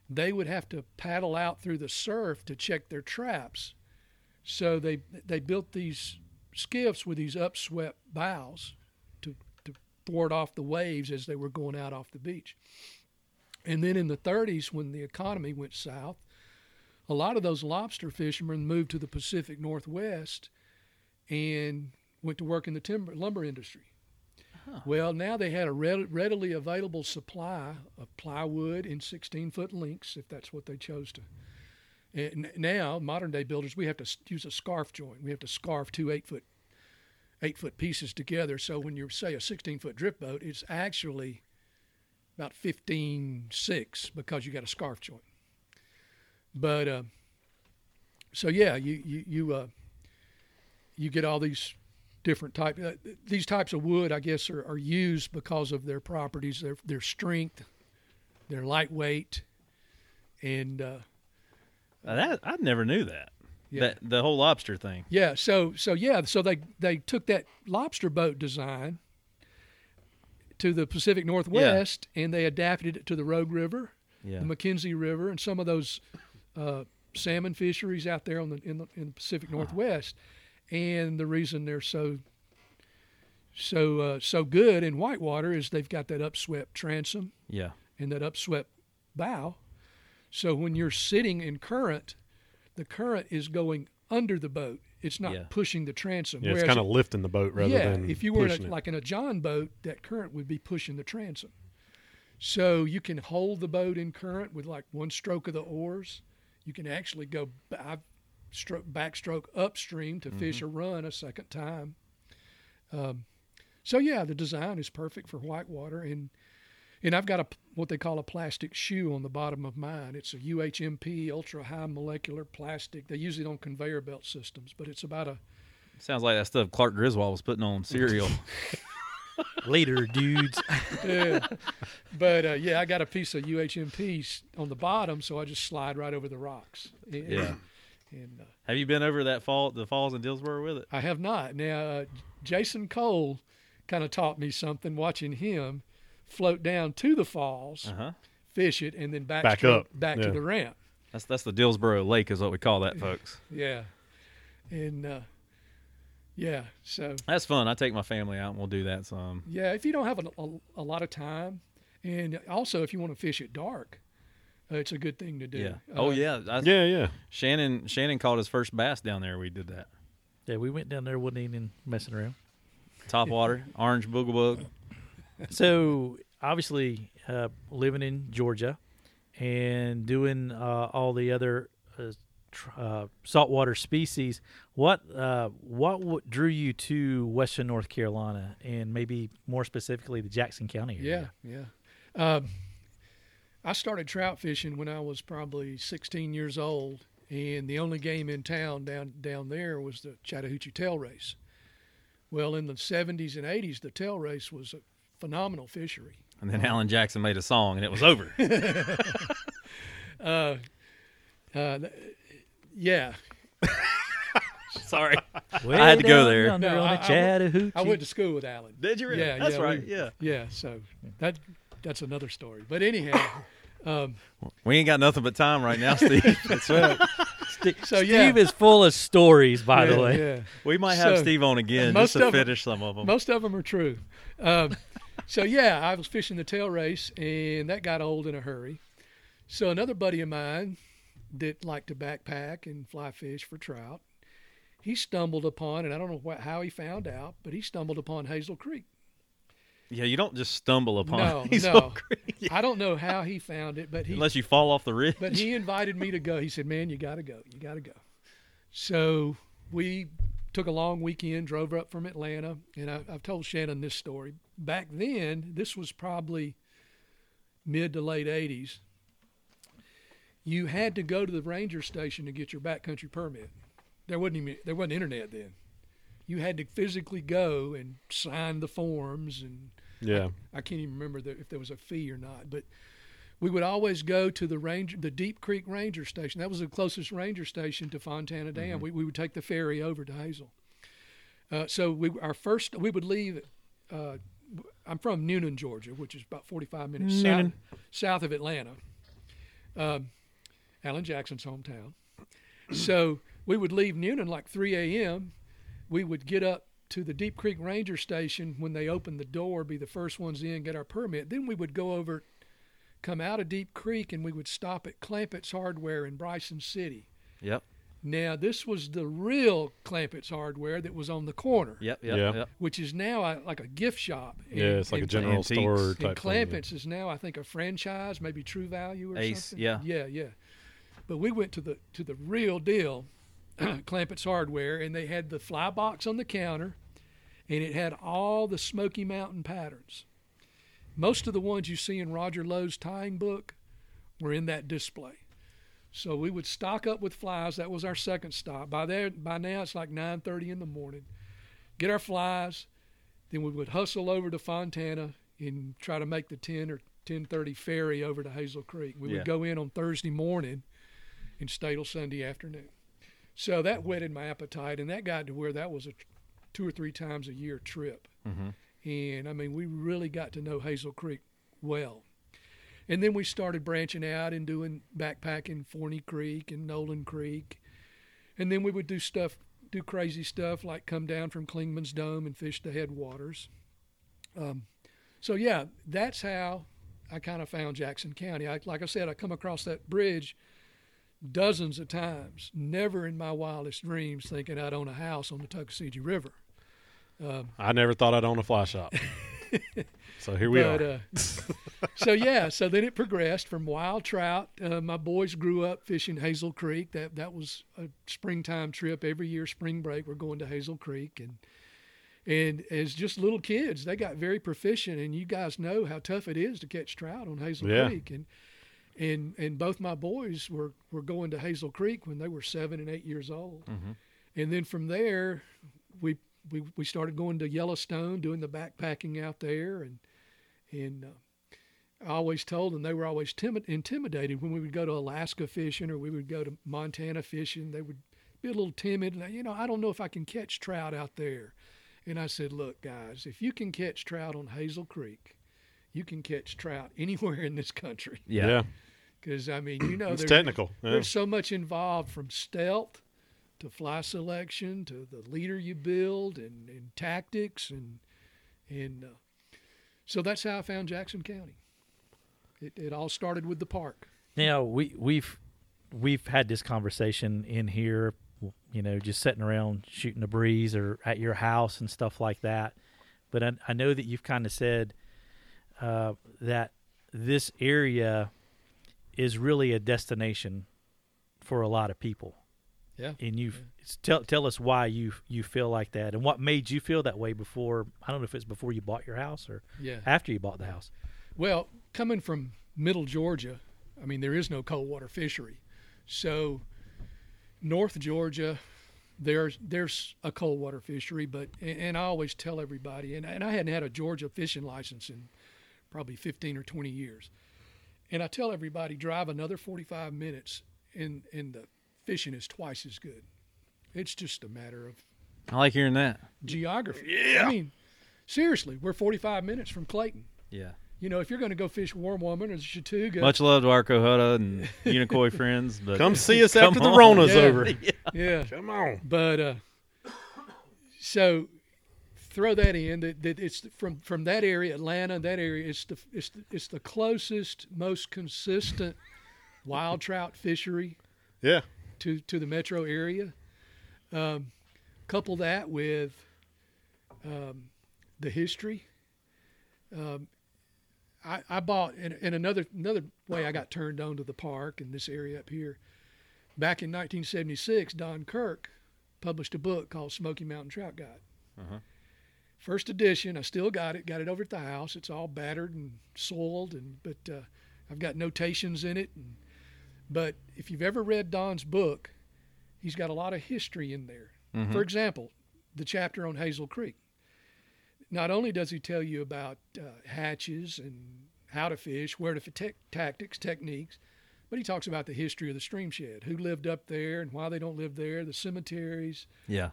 D: They would have to paddle out through the surf to check their traps, so they they built these skiffs with these upswept bows to to ward off the waves as they were going out off the beach And then in the 30s, when the economy went south, a lot of those lobster fishermen moved to the Pacific Northwest and went to work in the timber lumber industry. Well, now they had a read- readily available supply of plywood in 16 foot links, if that's what they chose to. And n- now, modern day builders, we have to s- use a scarf joint. We have to scarf two eight foot eight foot pieces together. So when you say a 16 foot drift boat, it's actually about 15 6 because you got a scarf joint. But uh, so yeah, you you you uh, you get all these different type uh, these types of wood I guess are, are used because of their properties, their their strength, their lightweight, and uh,
E: Uh, that I never knew that.
D: Yeah.
E: That the whole lobster thing.
D: Yeah, so so yeah, so they they took that lobster boat design to the Pacific Northwest and they adapted it to the Rogue River,
E: Yeah.
D: the Mackenzie River, and some of those uh, salmon fisheries out there on the in the, in the Pacific Northwest. And the reason they're so so uh, so good in whitewater is they've got that upswept transom
E: Yeah.
D: and that upswept bow. So when you're sitting in current, the current is going under the boat. It's not
E: Yeah.
D: pushing the transom.
C: Yeah, it's
D: Whereas
C: kind of lifting the boat rather
D: yeah,
C: than
D: if you were in
C: pushing
D: a,
C: it.
D: like in a john boat, that current would be pushing the transom. So you can hold the boat in current with like one stroke of the oars. You can actually go back, stroke, backstroke upstream
C: Mm-hmm.
D: to fish a run a second time. Um, so yeah, the design is perfect for whitewater, and and I've got a p- what they call a plastic shoe on the bottom of mine. It's a UHMP, ultra high molecular plastic. They use it on conveyor belt systems, but it's about a
E: Sounds like that stuff Clark Griswold was putting on cereal.
A: Later, dudes.
D: Yeah. but uh, yeah, I got a piece of UHMP s- on the bottom, so I just slide right over the rocks. And,
E: Yeah.
D: And uh,
E: Have you been over that fall, the falls in Dillsboro with it?
D: I have not. Now, uh, Jason Cole kind of taught me something watching him float down to the falls,
B: Uh-huh.
E: huh.
D: fish it, and then back,
C: Back
D: straight-
C: up.
D: back to
C: Yeah.
D: the ramp.
E: That's that's the Dillsboro Lake is what we call that, folks.
D: Yeah. And uh, yeah, so
E: That's fun. I take my family out and we'll do that some.
D: Yeah, if you don't have a, a, a lot of time, and also if you want to fish at dark, uh, it's a good thing to do.
E: Yeah.
D: Uh,
E: Oh yeah. I,
C: yeah, yeah.
E: Shannon Shannon caught his first bass down there. We did that.
A: yeah, we went down there one evening messing around.
E: Top water, orange boogle bug.
A: So obviously, uh, living in Georgia and doing uh, all the other uh, tr- uh, saltwater species, what uh, what w- drew you to Western North Carolina and maybe more specifically the Jackson County
D: Yeah,
A: area?
D: yeah. Um, I started trout fishing when I was probably 16 years old, and the only game in town down down there was the Chattahoochee Tail Race. Well, in the 70s and 80s, the tail race was a phenomenal fishery.
E: And then Alan Jackson made a song and it was over.
D: Uh, th- yeah,
E: Sorry.
A: Yeah,
E: I had to go there.
D: No,
A: on the
D: I- I went-
A: Chattahoochee.
D: I went to school with Alan.
E: Did you really?
D: Yeah,
E: That's
D: yeah,
E: right.
D: we-
E: yeah.
D: Yeah, so that that's another story. But anyhow,
E: We ain't got nothing but time right now, Steve. That's right.
D: so yeah,
A: Steve is full of stories, by
D: yeah,
A: the way.
D: yeah.
E: We might have
D: So,
E: Steve on again
D: most
E: just
D: of
E: to
D: 'em-
E: finish some of them.
D: most of them are true. Um, so yeah, I was fishing the tail race, and that got old in a hurry. So another buddy of mine that liked to backpack and fly fish for trout, he stumbled upon, and I don't know what, how he found out, but he stumbled upon Hazel Creek.
E: yeah, you don't just stumble upon
D: No,
E: these
D: no,
E: old-
D: I don't know how he found it, but he
E: unless you fall off the ridge.
D: But he invited me to go. He said, "Man, you got to go. You got to go." So we took a long weekend, drove up from Atlanta, and I, I've told Shannon this story. Back then, this was probably mid to late '80s. You had to go to the ranger station to get your backcountry permit. There wasn't even, there wasn't internet then. You had to physically go and sign the forms and
C: Yeah.
D: I can't even remember the, if there was a fee or not, but we would always go to the ranger, the Deep Creek Ranger Station. That was the closest ranger station to Fontana Dam. We, we would take the ferry over to Hazel. Uh, so we our first we would leave. Uh, I'm from Noonan, Georgia, which is about 45 minutes south,
E: Noonan.
D: south of Atlanta, um, Alan Jackson's hometown. so we would leave Noonan like 3 a.m. We would get up to the Deep Creek Ranger Station when they opened the door, be the first ones in, get our permit. Then we would go over come out of Deep Creek and we would stop at Clampett's Hardware in Bryson City.
E: Yep.
D: Now, this was the real Clampett's Hardware that was on the corner,
E: Yep. Yep.
C: Yeah.
E: Yep.
D: which is now uh, like a gift shop. in-
C: Yeah, it's like
D: in
C: a general
E: antiques.
C: store
D: and
C: type thing. yeah.
D: Clampett's is now, I think, a franchise, maybe True Value or
E: Ace,
D: something.
E: yeah.
D: yeah, yeah. But we went to the to the real deal, Clampett's Hardware, and they had the fly box on the counter, and it had all the Smoky Mountain patterns. Most of the ones you see in Roger Lowe's tying book were in that display. So we would stock up with flies. That was our second stop. By there, by now it's like 9:30 in the morning. Get our flies, then we would hustle over to Fontana and try to make the 10 or 10:30 ferry over to Hazel Creek. We
E: Yeah.
D: would go in on Thursday morning and stay till Sunday afternoon. So that whetted my appetite, and that got to where that was a tr- two or three times a year trip. And I mean, we really got to know Hazel Creek well. And then we started branching out and doing backpacking Forney Creek and Nolan Creek. And then we would do stuff, do crazy stuff like come down from Klingman's Dome and fish the headwaters. Um, so, yeah, that's how I kind of found Jackson County. I, like I said, I come across that bridge dozens of times, never in my wildest dreams thinking I'd own a house on the Tuckasegee River.
C: I never thought I'd own a fly shop. so here we
D: but,
C: are.
D: Uh, so yeah, so then it progressed from wild trout. Uh, my boys grew up fishing Hazel Creek. That that was a springtime trip every year. Spring break, we're going to Hazel Creek, and and as just little kids, they got very proficient. And you guys know how tough it is to catch trout on Hazel
C: Yeah.
D: Creek, and and and both my boys were were going to Hazel Creek when they were seven and eight years old, and then from there, we. We, we started going to Yellowstone, doing the backpacking out there, and and uh, I always told them they were always timid, intimidated when we would go to Alaska fishing or we would go to Montana fishing. They would be a little timid. And, you know, I don't know if I can catch trout out there. And I said, look, guys, if you can catch trout on Hazel Creek, you can catch trout anywhere in this country.
C: yeah.
D: Because, I mean, you know,
C: It's
D: Oh, there's,
C: technical. yeah.
D: there's so much involved from stealth to fly selection to the leader you build and, and tactics and and uh, so that's how I found Jackson County. It, it all started with the park.
A: Now we we've we've had this conversation in here, you know, just sitting around shooting the breeze or at your house and stuff like that. But I, I know that you've kind of said uh, that this area is really a destination for a lot of people.
D: Yeah.
A: And you tell tell us why you you feel like that and what made you feel that way before. I don't know if it's before you bought your house or
D: Yeah.
A: after you bought the house.
D: Well, coming from middle Georgia, I mean, there is no cold water fishery. So, North Georgia, there's there's a cold water fishery, but and, and I always tell everybody, and, and I hadn't had a Georgia fishing license in probably 15 or 20 years, and I tell everybody drive another 45 minutes, and and the fishing is twice as good. It's just a matter of
E: I like hearing that.
D: geography. Yeah. I mean, seriously, we're 45 minutes from Clayton.
E: Yeah.
D: You know, if you're going to go fish Warm Woman or the Chattooga,
E: Much love to our Cohutta and Unicoi friends, but
C: Come see us
E: Come
C: after the
E: on.
C: Rona's
D: Yeah.
C: over.
D: yeah.
C: Come on.
D: But uh, so throw that in that, that it's from from that area, Atlanta, that area. It's the it's the, it's the closest, most consistent wild trout fishery
C: Yeah.
D: to to the metro area. Um, couple that with um, the history. Um, I, I bought and, and another another way I got turned on to the park and this area up here. Back in 1976, Don Kirk published a book called Smoky Mountain Trout Guide. First edition. I still got it. Got it over at the house. It's all battered and soiled, and but uh, I've got notations in it. And, but if you've ever read Don's book, he's got a lot of history in there. For example, the chapter on Hazel Creek. Not only does he tell you about uh, hatches and how to fish, where to fi- tec- tactics, techniques, but he talks about the history of the stream shed, who lived up there and why they don't live there, the cemeteries,
E: yeah,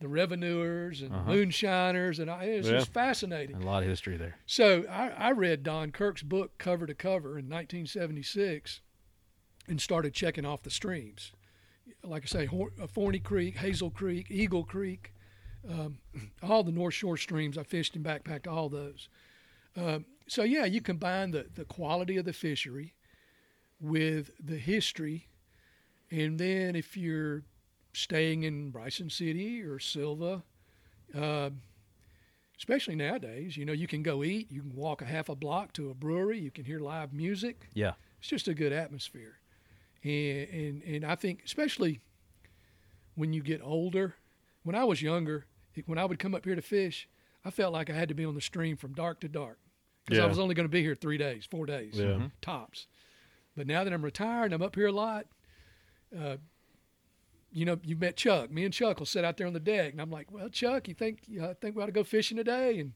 D: the revenuers and moonshiners, and I, it's
C: Yeah.
D: just fascinating.
E: a lot of history there.
D: So I, I read Don Kirk's book cover to cover in 1976 and started checking off the streams. Like I say, Hor- uh, Forney Creek, Hazel Creek, Eagle Creek, um, all the North Shore streams. I fished and backpacked all those. Um, so yeah, you combine the, the quality of the fishery with the history, and then if you're staying in Bryson City or Silva, uh, especially nowadays, you know you can go eat, you can walk a half a block to a brewery, you can hear live music.
E: Yeah.
D: It's just a good atmosphere, and and, and I think especially when you get older. When I was younger, when I would come up here to fish, I felt like I had to be on the stream from dark to dark because I
C: Yeah.
D: was only going to be here three days, four days,
C: Yeah. Mhm.
D: tops. But now that I'm retired and I'm up here a lot, uh, you know, you met Chuck. Me and Chuck will sit out there on the deck, and I'm like, "Well, Chuck, you think you uh, think we ought to go fishing today?" And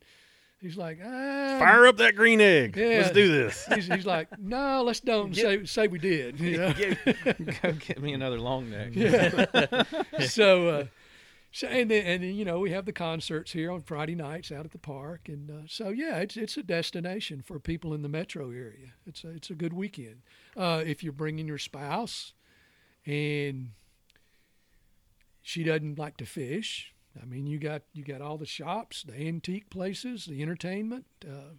D: he's like, ah,
C: Fire up that green egg.
D: Yeah.
C: Let's do this.
D: He's, he's like, "No, let's don't and say say we did." You know?
E: Go get me another long neck.
D: so, uh, so and then and then, you know we have the concerts here on Friday nights out at the park, and uh, so yeah, it's it's a destination for people in the metro area. It's a, it's a good weekend uh, if you're bringing your spouse, and she doesn't like to fish. I mean, you got you got all the shops, the antique places, the entertainment, uh,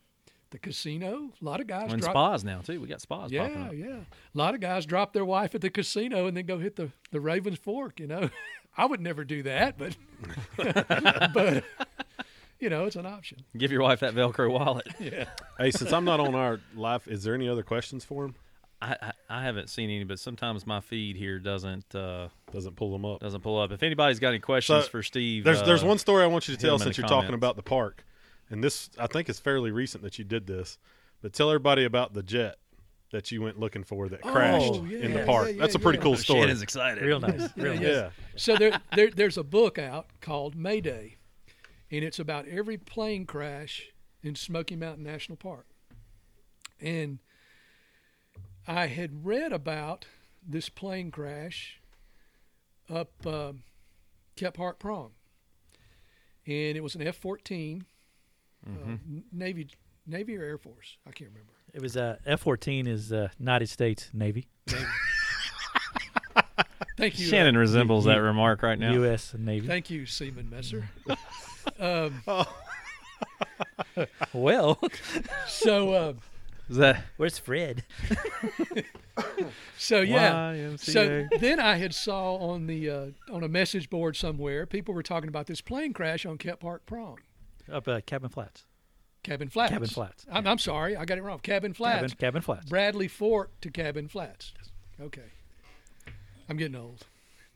D: the casino. A lot of guys
E: And
D: drop.
E: spas now too. We got spas popping
D: Yeah,
E: up.
D: yeah. A lot of guys drop their wife at the casino and then go hit the, the Ravens Fork, you know. I would never do that, but but you know, it's an option.
E: Give your wife that Velcro wallet.
C: hey, since I'm not on our live, is there any other questions for him?
E: I, I I haven't seen any, but sometimes my feed here doesn't uh,
C: Doesn't pull them up.
E: doesn't pull up. If anybody's got any questions
C: So,
E: for Steve,
C: There's
E: uh,
C: there's one story I want you to
E: hit
C: tell
E: them in
C: since
E: the
C: you're talking
E: comments.
C: about the park, and this I think is fairly recent that you did this, but tell everybody about the jet that you went looking for that crashed in the
D: yeah,
C: park.
D: yeah, yeah,
C: That's a pretty
D: yeah.
C: cool story.
E: Shannon's excited.
A: Real nice. Real nice.
C: yeah,
D: So there, there there's a book out called Mayday, and it's about every plane crash in Smoky Mountain National Park. And I had read about this plane crash up um Kephart Prong, and it was an F 14 Navy Navy or Air Force, I can't remember.
A: It was uh, F-14 is uh, United States Navy,
D: Thank you, uh,
E: Shannon resembles
A: You-
E: that remark right now.
A: U.S. Navy.
D: thank you, Seaman Messer.
A: well,
D: So, uh,
E: Is that
A: where's Fred?
D: so yeah. So
E: YMCA?
D: then I had saw on the uh, on a message board somewhere people were talking about this plane crash on Ket Park Prom,
A: Up uh, Cabin Flats.
D: Cabin Flats.
A: Cabin Flats,
D: I'm, I'm sorry, I got it wrong. Cabin Flats.
A: Cabin, Cabin Flats.
D: Bradley Fort to Cabin Flats. Okay, I'm getting old.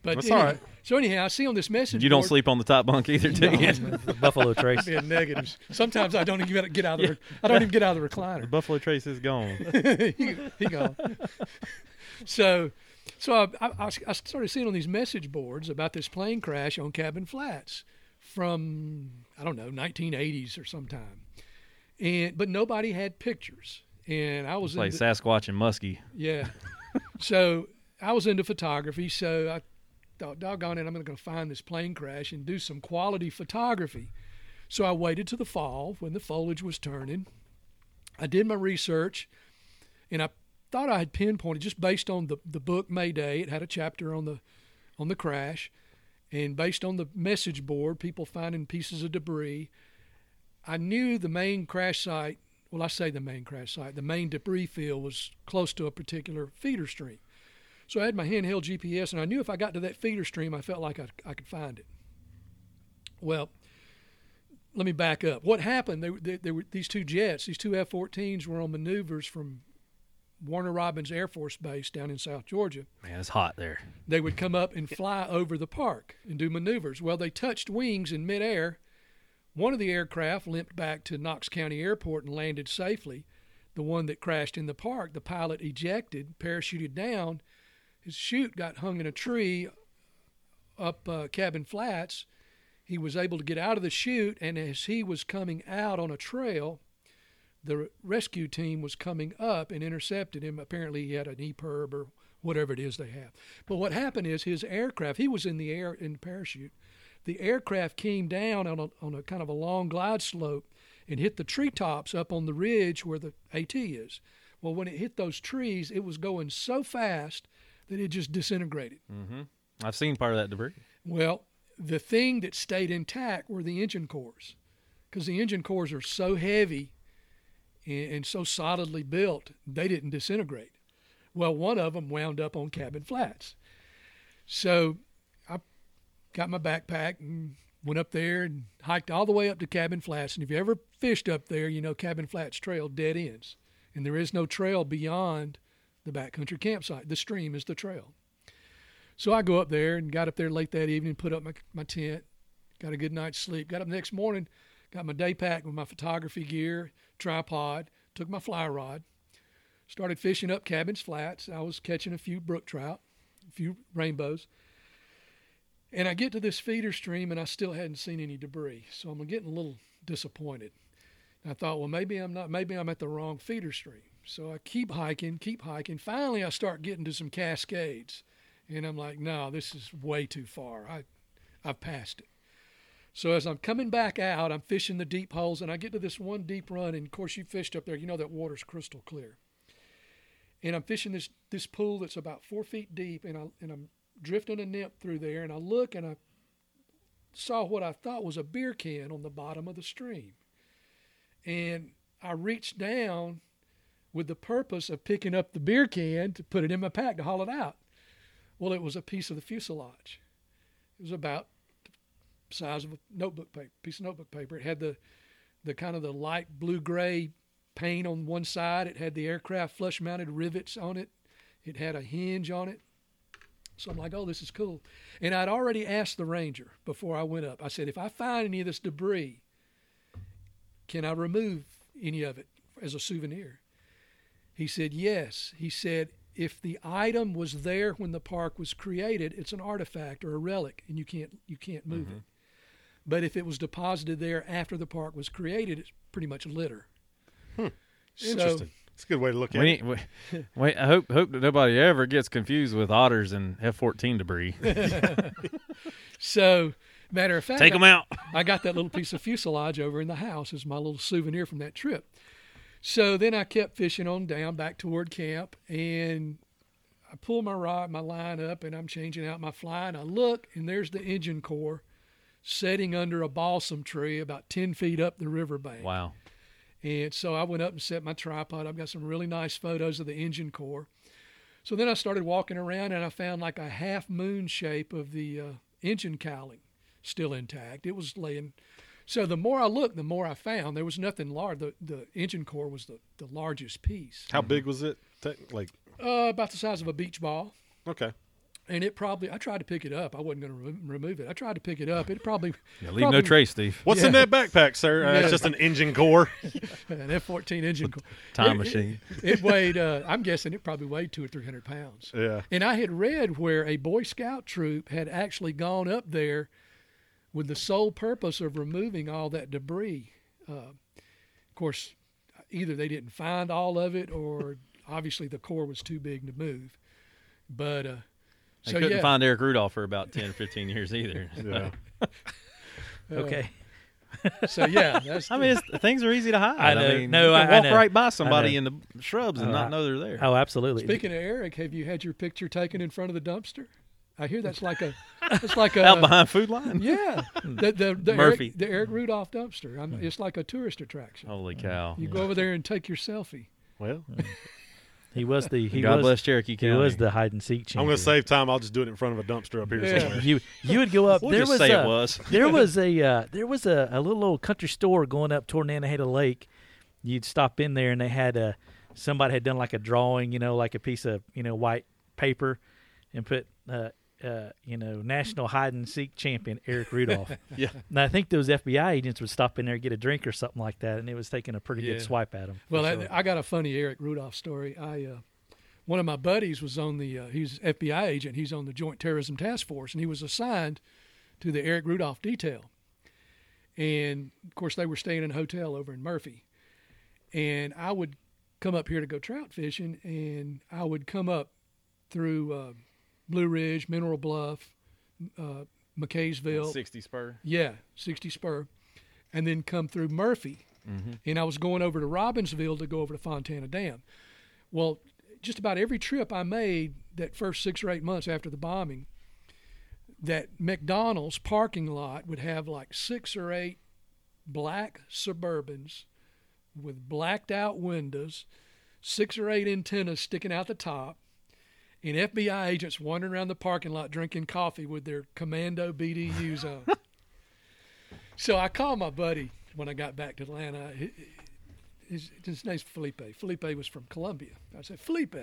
D: But
C: That's
D: anyhow-
C: all right.
D: So anyhow, I see on this message
E: you don't
D: board-
E: sleep on the top bunk either, do you?
A: Buffalo Trace.
D: being negatives. Sometimes I don't even get- get out of the re- I don't even get out of the recliner.
E: Buffalo Trace is gone.
D: he, he gone. so, so I, I- I, I started seeing on these message boards about this plane crash on Cabin Flats from I don't know 1980s or sometime, and but nobody had pictures, and I was
E: It's like
D: into-
E: Sasquatch and Muskie.
D: yeah. so I was into photography, so I thought, doggone it, I'm going to find this plane crash and do some quality photography. So I waited to the fall when the foliage was turning. I did my research, and I thought I had pinpointed just based on the, the book Mayday. It had a chapter on the on the crash, and based on the message board, people finding pieces of debris. I knew the main crash site. Well, I say the main crash site. The main debris field was close to a particular feeder stream. So I had my handheld GPS, and I knew if I got to that feeder stream, I felt like I, I could find it. Well, let me back up. What happened? They, they, they were these two jets, these two F-14s, were on maneuvers from Warner Robins Air Force Base down in South Georgia
E: Man, it's hot there.
D: they would come up and fly over the park and do maneuvers. Well, they touched wings in midair. One of the aircraft limped back to Knox County Airport and landed safely. The one that crashed in the park, the pilot ejected, parachuted down. His chute got hung in a tree up uh, Cabin Flats. He was able to get out of the chute, and as he was coming out on a trail, the rescue team was coming up and intercepted him. Apparently, he had an E EPIRB or whatever it is they have. But what happened is his aircraft, he was in the air in parachute. The aircraft came down on a, on a kind of a long glide slope and hit the treetops up on the ridge where the AT is. Well, when it hit those trees, it was going so fast that it just disintegrated.
E: I've seen part of that debris.
D: Well, the thing that stayed intact were the engine cores because the engine cores are so heavy and, and so solidly built, they didn't disintegrate. Well, one of them wound up on Cabin Flats. So I got my backpack and went up there and hiked all the way up to Cabin Flats. And if you ever fished up there, you know Cabin Flats Trail dead ends, and there is no trail beyond the backcountry campsite. The stream is the trail. So I go up there and got up there late that evening, put up my, my tent, got a good night's sleep, got up next morning, got my day pack with my photography gear, tripod, took my fly rod, started fishing up Cabin's Flats. I was catching a few brook trout, a few rainbows. And I get to this feeder stream and I still hadn't seen any debris. So I'm getting a little disappointed. And I thought, well, maybe I'm not, maybe I'm at the wrong feeder stream. So I keep hiking, keep hiking. Finally, I start getting to some cascades. And I'm like, no, this is way too far. I, I've passed it. So as I'm coming back out, I'm fishing the deep holes and I get to this one deep run. And of course, you fished up there, you know that water's crystal clear. And I'm fishing this, this pool that's about four feet deep. And, I, and I'm drifting a nymph through there, and I look and I saw what I thought was a beer can on the bottom of the stream. And I reached down with the purpose of picking up the beer can to put it in my pack to haul it out. Well, it was a piece of the fuselage. It was about the size of a notebook paper, piece of notebook paper. It had the the kind of the light blue gray paint on one side. It had the aircraft flush mounted rivets on it. It had a hinge on it. So I'm like, oh, this is cool. And I'd already asked the ranger before I went up. I said, if I find any of this debris, can I remove any of it as a souvenir? He said, yes. He said, if the item was there when the park was created, it's an artifact or a relic, and you can't you can't move
E: Mm-hmm.
D: it. But if it was deposited there after the park was created, it's pretty much litter.
E: Hmm.
D: So-
C: Interesting. It's a good way to look at
E: We
C: it.
E: need, we, wait, I hope hope that nobody ever gets confused with otters and F fourteen debris.
D: So, matter of fact,
E: Take them
D: I-
E: out.
D: I got that little piece of fuselage over in the house as my little souvenir from that trip. So then I kept fishing on down back toward camp, and I pull my rod, my line up, and I'm changing out my fly, and I look, and there's the engine core setting under a balsam tree about 10 feet up the riverbank.
E: Wow.
D: And so I went up and set my tripod. I've got some really nice photos of the engine core. So then I started walking around and I found like a half moon shape of the uh, engine cowling still intact. It was laying. So the more I looked, the more I found. There was nothing large. The, the engine core was the, the largest piece,
C: How big was it? Tec- Like,
D: uh, about the size of a beach ball.
C: okay.
D: And it probably, I tried to pick it up. I wasn't going to re- remove it. I tried to pick it up. It probably.
E: Yeah, leave no trace, Steve.
C: What's in that backpack, sir? Uh,
D: Yeah.
C: It's just an engine core.
D: An F 14 engine core.
E: Time
D: It-
E: machine.
D: It, it weighed, uh, I'm guessing it probably weighed two or 300 pounds.
C: yeah.
D: And I had read where a Boy Scout troop had actually gone up there with the sole purpose of removing all that debris. Uh, of course, either they didn't find all of it, or obviously the core was too big to move. But uh,
E: I
D: so
E: couldn't
D: yeah,
E: find Eric Rudolph for about 10 or 15 years either.
C: Yeah.
A: Okay.
D: so yeah, that's
E: I mean, it's, things are easy to hide.
A: I know.
E: mean,
A: No,
E: you can
A: I- I
E: walk
A: know.
E: right by
A: I
E: somebody
A: know.
E: in the shrubs and
A: Oh, I-
E: not know they're there.
A: Oh, absolutely.
D: speaking of Eric, have you had your picture taken in front of the dumpster? I hear that's like a it's like a
E: Out behind food line.
D: yeah the the, the,
E: Murphy. Hmm.
D: Eric, the Eric Rudolph dumpster. I'm, it's like a tourist attraction.
E: Holy cow!
D: You go over there and take your selfie.
C: Well,
A: he was the he
E: God
A: was
E: bless Cherokee
A: he
E: County.
A: was the hide and seek champion.
C: I'm going to save time. I'll just do it in front of a dumpster up here
D: Yeah.
C: somewhere.
A: you you would go up.
E: We'll
A: there
E: just
A: was uh,
E: say
A: a,
E: it was.
A: there was a uh, there was a, a little old country store going up toward Nantahala Lake. You'd stop in there and they had a somebody had done like a drawing, you know, like a piece of you know white paper, and put uh, uh, you know national hide and seek champion Eric Rudolph.
E: Yeah.
A: And I think those FBI agents would stop in there and get a drink or something like that, and it was taking a pretty
D: Yeah.
A: good swipe at them.
D: Well, I, I got a funny Eric Rudolph story. I uh, one of my buddies was on the uh, he's FBI agent. He's on the Joint Terrorism Task Force, and he was assigned to the Eric Rudolph detail. And of course, they were staying in a hotel over in Murphy. And I would come up here to go trout fishing, and I would come up through uh, Blue Ridge, Mineral Bluff, uh, McKaysville,
E: 60 spur.
D: yeah, 60 Spur, and then come through Murphy. And I was going over to Robbinsville to go over to Fontana Dam. Well, just about every trip I made that first six or eight months after the bombing, that McDonald's parking lot would have like six or eight black Suburbans with blacked out windows, six or eight antennas sticking out the top, and FBI agents wandering around the parking lot drinking coffee with their commando BDUs on. So I called my buddy when I got back to Atlanta. He- he- His, his name's Felipe. Felipe was from Colombia. I said, Felipe,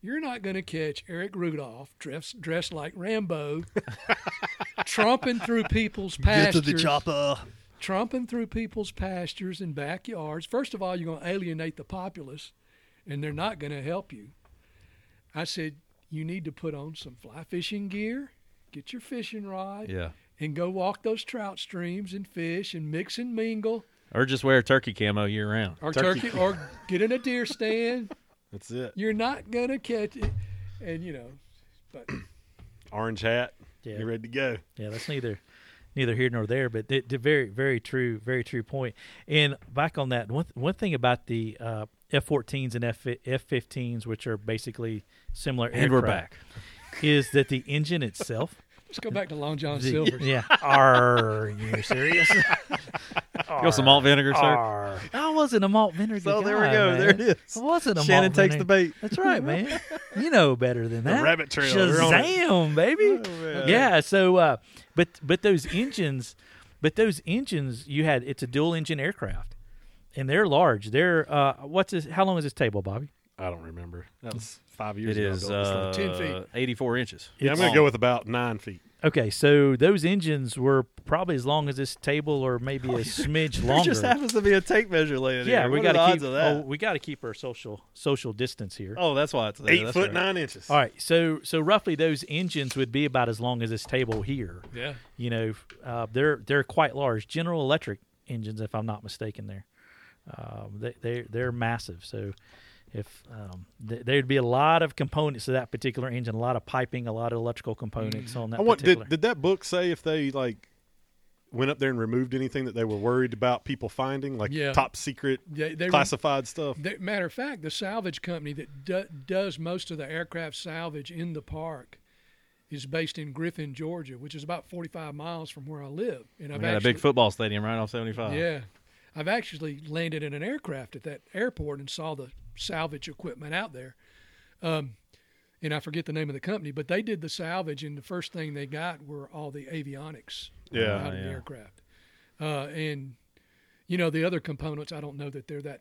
D: you're not going to catch Eric Rudolph dressed, dressed like Rambo, tromping through people's pastures tromping through people's pastures and backyards. First of all, you're going to alienate the populace, and they're not going to help you. I said, you need to put on some fly fishing gear, get your fishing rod,
E: Yeah.
D: and go walk those trout streams and fish and mix and mingle,
E: Or just wear a turkey camo year round.
D: or
C: Turkey.
D: turkey, or get in a deer stand.
C: That's it.
D: You're not going to catch it, and you know, but
C: Orange hat.
A: Yeah.
C: You're ready to go.
A: Yeah, that's neither neither here nor there, but they, they very very true, very true point. And back on that one one thing about the uh, F-14s and F F-15s, which are basically similar,
E: And we're
A: aircraft, is that the engine itself?
D: let's go back to Long John
A: the-
D: Silver's.
A: yeah, are you serious?
E: You want some malt vinegar, sir?
A: Arr. I wasn't a malt vinegar.
B: So there we
A: guy,
B: go.
A: man.
B: There it is.
A: I wasn't a
B: Shannon
A: malt
B: takes the
A: vinegar-
B: bait.
A: That's right, man. You know better than that.
C: rabbit trail. We're on it.
A: Shazam, baby.
B: Oh,
A: yeah. So, uh, but but those engines, but those engines you had. It's a dual engine aircraft, and they're large. They're uh, what's this? How long is this table, Bobby?
C: I don't remember. That was five years
E: It
C: ago. I
E: is
C: built this thing.
E: uh,
D: 10 feet.
E: 84 inches.
C: yeah, I'm going to go with about nine feet.
A: Okay, so those engines were probably as long as this table, or maybe a smidge
B: There
A: longer.
B: Oh, just happens to be a tape measure laying
A: yeah,
B: here.
A: we
B: What
A: got
B: are the
A: to
B: odds
A: keep.
B: of that.
A: Oh, we got to keep our social social distance here.
B: Oh, that's why it's there.
C: Eight
B: That's
C: foot
B: right.
C: nine inches.
A: All right, so so roughly those engines would be about as long as this table here.
D: Yeah.
A: You know, f- uh, they're they're quite large. General Electric engines, if I'm not mistaken, there, um, they they they're massive. So if um, th- there'd be a lot of components to that particular engine, a lot of piping, a lot of electrical components on that
C: I want.
A: particular.
C: Did, did that book say if they like went up there and removed anything that they were worried about people finding, like
D: Yeah.
C: top secret,
D: They- they-
C: classified stuff?
D: The, matter of fact, the salvage company that do, does most of the aircraft salvage in the park is based in Griffin, Georgia, which is about 45 miles from where I live. And I've
E: We got a
D: actually,
E: big football stadium right off
C: Uh-huh.
E: 75.
D: yeah, I've actually landed in an aircraft at that airport and saw the salvage equipment out there. Um, and I forget the name of the company, but they did the salvage, and the first thing they got were all the avionics
C: Yeah,
D: out of
E: yeah.
D: the aircraft. Uh, and you know the other components, I don't know that they're that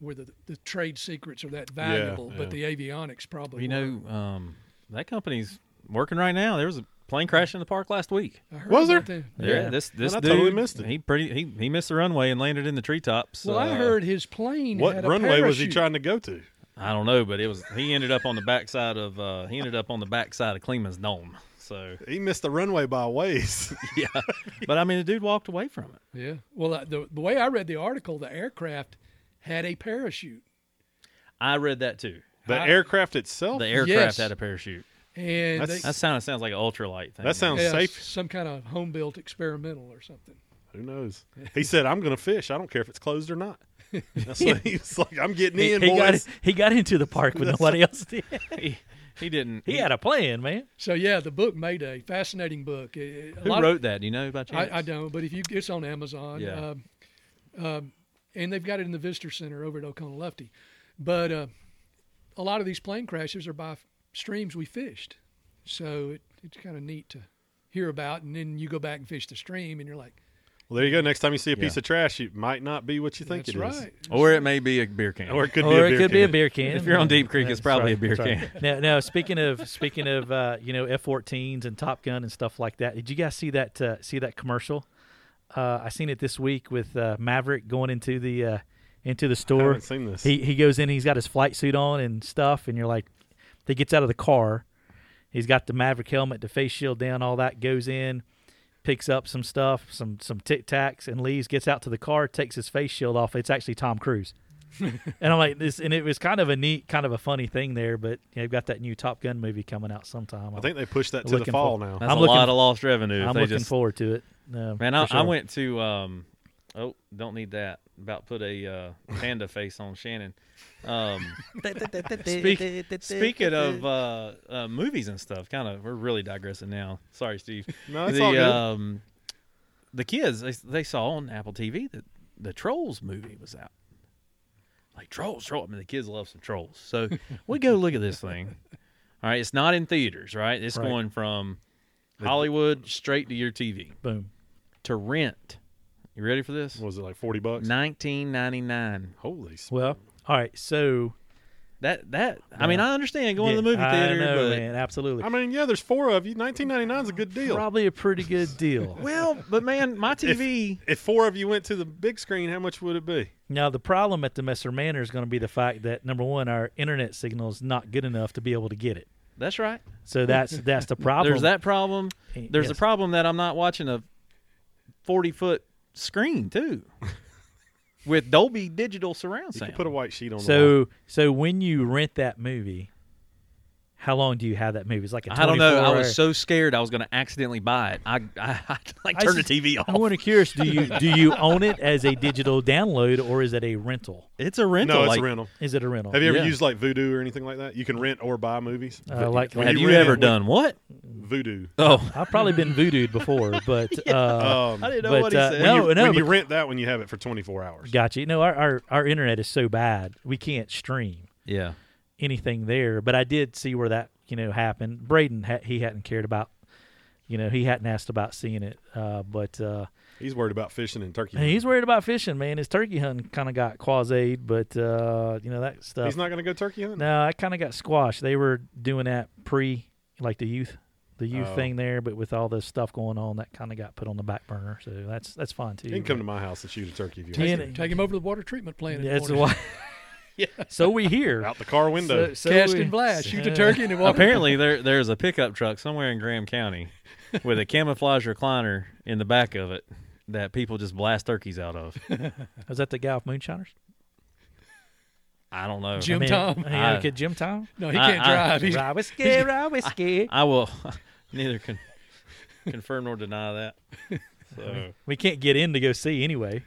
D: where the, the trade secrets are that valuable, but the avionics probably.
E: You
D: were.
E: know, um, that company's working right now. There was a plane crash in the park last week.
D: I heard
C: Was
D: about
C: there?
D: that.
E: There,
A: Yeah.
E: this this
C: I
E: dude,
C: totally missed it.
E: He pretty he, he missed the runway and landed in the treetops.
D: Well, I
E: Uh,
D: heard his plane.
C: What
D: had a
C: runway was he
D: parachute.
C: trying to go to?
E: I don't know, but it was he ended up on the backside of uh, he ended up on the backside of Kleeman's dome. So
C: He missed the runway by a ways.
E: yeah, but I mean the dude walked away from it.
D: Yeah. Well, uh, the the way I read the article, the aircraft had a parachute.
E: I read that too.
C: The
D: I-
C: aircraft itself.
E: The aircraft
D: Yes.
E: had a parachute.
D: And
C: That's-
D: they,
E: That sound sounds like an ultralight thing.
C: that sounds
D: yeah,
C: safe.
D: some kind of home built experimental or something.
C: Who knows? He said, "I'm going to fish. I don't care if it's closed or not." That's what he was like. I'm getting
A: he,
C: in,
A: he got
C: boys.
A: he got into the park, but nobody else did.
E: he, he didn't.
A: He had a plan, man.
D: So yeah, the book Mayday, fascinating book. It- it- a
E: Who
D: lot of-
E: wrote that? Do you know about
D: I, I don't, but if you, it's on Amazon.
E: Yeah.
D: Um, um, and they've got it in the visitor center over at O'Connell Lefty. But uh, a lot of these plane crashes are by f- streams we fished, so it, it's kind of neat to hear about. And then you go back and fish the stream, and you're like,
C: Well, there you go. Next time you see a piece
E: Yeah.
C: of trash, it might not be what you think
D: "That's
C: it is.
D: right."
E: Or it may be a beer can.
C: Or it could be
A: or
C: a beer
A: it could
C: can.
A: be a beer can.
E: If you're on Deep Creek, it's
A: That's
E: probably a
A: right.
E: beer
A: That's right. Now, now, speaking of speaking of uh, you know F-14s and Top Gun and stuff like that, did you guys see that uh, see that commercial? Uh, I seen it this week with uh, Maverick going into the uh, into the
C: I
A: store.
C: haven't seen this.
A: He he goes in, he's got his flight suit on and stuff, and you're like, he gets out of the car, he's got the Maverick helmet, the face shield down, all that goes in, picks up some stuff, some some Tic Tacs, and leaves. Gets out to the car, takes his face shield off. It's actually Tom Cruise. And I'm like this, and it was kind of a neat, kind of a funny thing there. But you know, they've got that new Top Gun movie coming out sometime.
C: I think they pushed that to the
A: Looking
C: fall
A: for-
C: now.
E: That's
A: I'm
E: a
A: looking-
E: lot of lost revenue. if
A: I'm
E: they
A: looking
E: just-
A: forward to it. Um,
E: Man, I,
A: for sure.
E: I went to. Um, oh, don't need that. About put a uh, panda face on Shannon. Um, speak, speaking of uh, uh, movies and stuff, kind of we're really digressing now. Sorry, Steve.
C: No, it's
B: uh,
E: the
C: all good.
E: um, the kids they, they saw on Apple TV that the Trolls movie was out. Like Trolls, Trolls. I mean, the kids love some Trolls. So we go look at this thing. All right, it's not in theaters, right? It's
A: Right.
E: going from Hollywood straight to your TV
A: Boom.
E: to rent. You ready for this?
C: What was it like forty bucks?
E: 1999.
C: Holy s-
A: Well, all right. So
E: That that I mean, I understand going to the
A: Yeah,
E: movie theater,
A: I know,
E: but
A: man, absolutely.
C: I mean, yeah, there's four of you. Nineteen ninety nine is a good deal.
A: Probably a pretty good deal.
E: well, but man, my TV.
C: if four of you went to the big screen, how much would it be?
A: Now the problem at the Messer Manor is going to be the fact that number one, our internet signal is not good enough to be able to get it.
E: that's right.
A: So that's that's the problem.
E: There's that problem.
A: Eh,
E: There's the
A: yes.
E: problem that I'm not watching a 40 foot screen too, with Dolby Digital surround
C: You
E: sound.
C: could put a white sheet on. the
A: So so when you rent that movie, how long do you have that movie? It's like a
E: I don't know. I
A: 24
E: was so scared I was going to accidentally buy it. I I, I like
A: I
E: turned
A: just-
E: the TV off.
A: I'm kind of curious. Do you do you own it as a digital download or is it a rental?
E: it's a
C: wall.
E: rental.
C: no, it's
E: like,
C: a rental.
A: Is it a Oh, rental?
C: Have you ever
E: Yeah.
C: used like Voodoo or anything like that? You can rent or buy movies.
A: Uh, like,
C: When
E: Have you,
C: rent
E: ever
C: it,
E: done what?
C: Voodoo?
E: Oh,
A: I've probably been voodooed before, but uh,
C: Um,
E: I didn't know
A: but,
E: what he
A: uh,
E: said.
A: no,
C: when you, when
A: but-
C: you rent that one, you have it for 24 hours.
A: Gotcha. You know, our, our, our internet is so bad, we can't stream
E: yeah.
A: anything there. But I did see where that, you know, happened. Braden, ha- he hadn't cared about, you know, he hadn't asked about seeing it. Uh, but uh,
C: He's worried about fishing and turkey.
A: and he's worried about fishing, man. His turkey hunting kind of got quasied, but, uh, you know, that stuff.
C: He's not going to go turkey hunting.
A: no, I kind of got squashed. They were doing that pre, like the youth. The youth
C: Oh.
A: thing there, but with all this stuff going on, that kind of got put on the back burner. So that's that's fine too.
C: You can come to my house and shoot a turkey if you
A: Ten-
C: want.
D: Take, him- take him over to the water treatment plant. in the
A: Yeah, it's
D: morning.
A: why. So we hear.
C: Out the car window.
A: So- so
D: Cast
A: we-
D: and blast. Shoot
A: Uh,
D: a turkey and a water.
B: Apparently, there there's a pickup truck somewhere in Graham County with a camouflage recliner in the back of it that people just blast turkeys out of.
A: Was that the guy with Moonshiners?
B: I don't know.
D: Jim Tom.
A: Yeah,
B: I-
A: okay, Jim Tom.
D: No, he
B: I-
D: can't
B: I-
D: drive. He's,
A: Rye whiskey, rye whiskey.
B: I will neither can confirm nor deny that. So
A: We can't get in to go see anyway.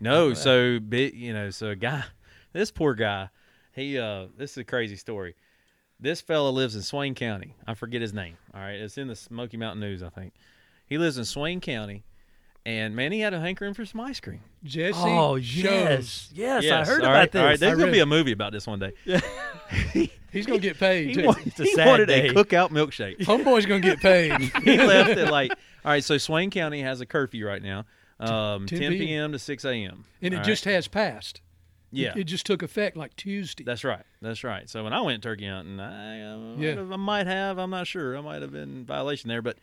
B: no, so bi- you know, so a guy, this poor guy, he uh, this is a crazy story. This fella lives in Swain County. I forget his name. All right, it's in the Smoky Mountain News, I think. He lives in Swain County, and man, he had a hankering for some ice cream.
D: Jesse
A: oh
D: shows.
A: yes, yes, I
B: Yes,
A: heard
B: all
A: about
B: right,
A: this.
B: All right, there's
D: I
B: gonna be
D: read-
B: a movie about this one day.
D: He's gonna get paid.
B: He,
D: Too.
B: wa-
A: It's a
B: he
A: sad
B: wanted
A: day.
B: a cookout milkshake.
D: Homeboy's gonna get paid.
B: he left at like all right so swain county has a curfew right now um, 10,
D: 10 p.m.
B: p.m to 6 a.m
D: and it
B: All right.
D: just has passed. It-
B: yeah
D: It, just took effect like Tuesday.
B: that's right that's right so when i went turkey hunting I, uh,
D: Yeah.
B: I might have i'm not sure i might have been in violation there but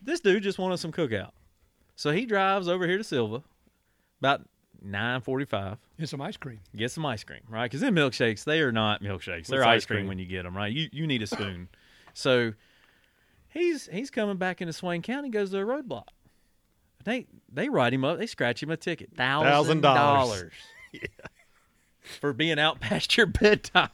B: this dude just wanted some cookout so he drives over here to silva about 945
D: and some ice cream.
B: get some ice cream, right? Because then milkshakes, they are not milkshakes. They're
C: It's
B: ice,
C: ice
B: cream,
C: cream.
B: when you get them, right? You you need a spoon. so he's he's coming back into Swain County, goes to a roadblock. They they write him up, they scratch him a ticket. Thousand dollars.
C: $1,000.
B: For being out past your bedtime.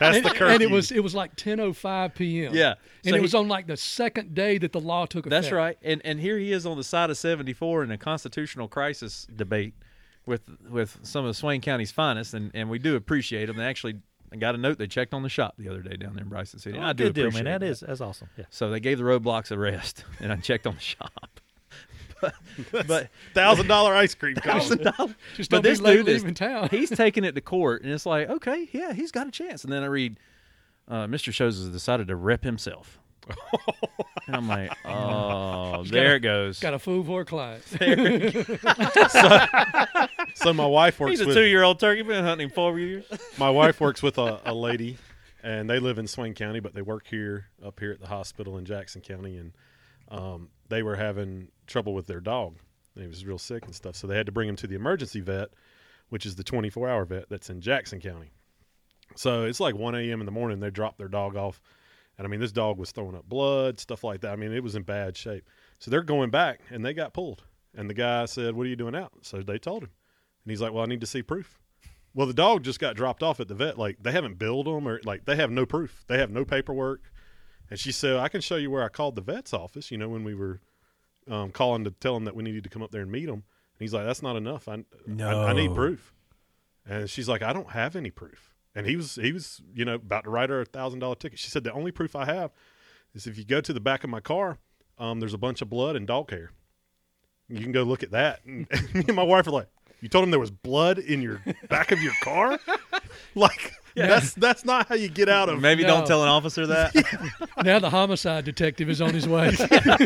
C: That's
D: and,
C: the
D: and
C: curfew.
D: it was it was like 10:05 p.m.
B: Yeah.
D: and
B: So
D: it was
B: he-
D: on like the second day that the law took effect.
B: That's right. And and here he is on the side of 74 in a constitutional crisis debate with with some of Swain County's finest, and, and we do appreciate them. They actually I got a note they checked on the shop the other day down there in Bryson City. and
D: Oh,
B: I do
A: good deal,
B: appreciate
A: man. That is that's awesome. Yeah.
B: So they gave the roadblocks a rest, and I checked on the shop. But, but
C: thousand dollar ice cream. cone.
D: Just
B: but
D: don't be
B: this
D: late
B: dude is
D: leaving town.
B: he's taking it to court, and it's like, okay, yeah, he's got a chance. And then I read, uh, Mr. Shows has decided to rep himself. and I'm like, oh, there it goes.
D: Got a fool for a client.
C: so my wife works
B: He's a
C: with
B: two-year-old turkey. Been hunting four years.
C: my wife works with a, a lady, and they live in Swain County, but they work here up here at the hospital in Jackson County, and um, they were having trouble with their dog. He was real sick and stuff, so they had to bring him to the emergency vet, which is the 24-hour vet that's in Jackson County. So it's like 1 a.m. in the morning. They drop their dog off, and I mean this dog was throwing up blood, stuff like that. I mean it was in bad shape. So they're going back, and they got pulled. And the guy said, "What are you doing out?" So they told him, and he's like, "Well, I need to see proof." Well, the dog just got dropped off at the vet. Like they haven't billed them, or like they have no proof. They have no paperwork. And she said, "I can show you where I called the vet's office. You know, when we were um, calling to tell him that we needed to come up there and meet him." And he's like, "That's not enough. I I, I need proof." And she's like, "I don't have any proof." And he was he was you know about to write her a thousand dollar ticket. She said, "The only proof I have is if you go to the back of my car, um, there's a bunch of blood and dog hair. You can go look at that." And, me and my wife are like, You told him there was blood in your back of your car? like that's that's not how you get out of
G: Maybe don't
D: No.
G: tell an officer that.
D: Now the homicide detective is on his way.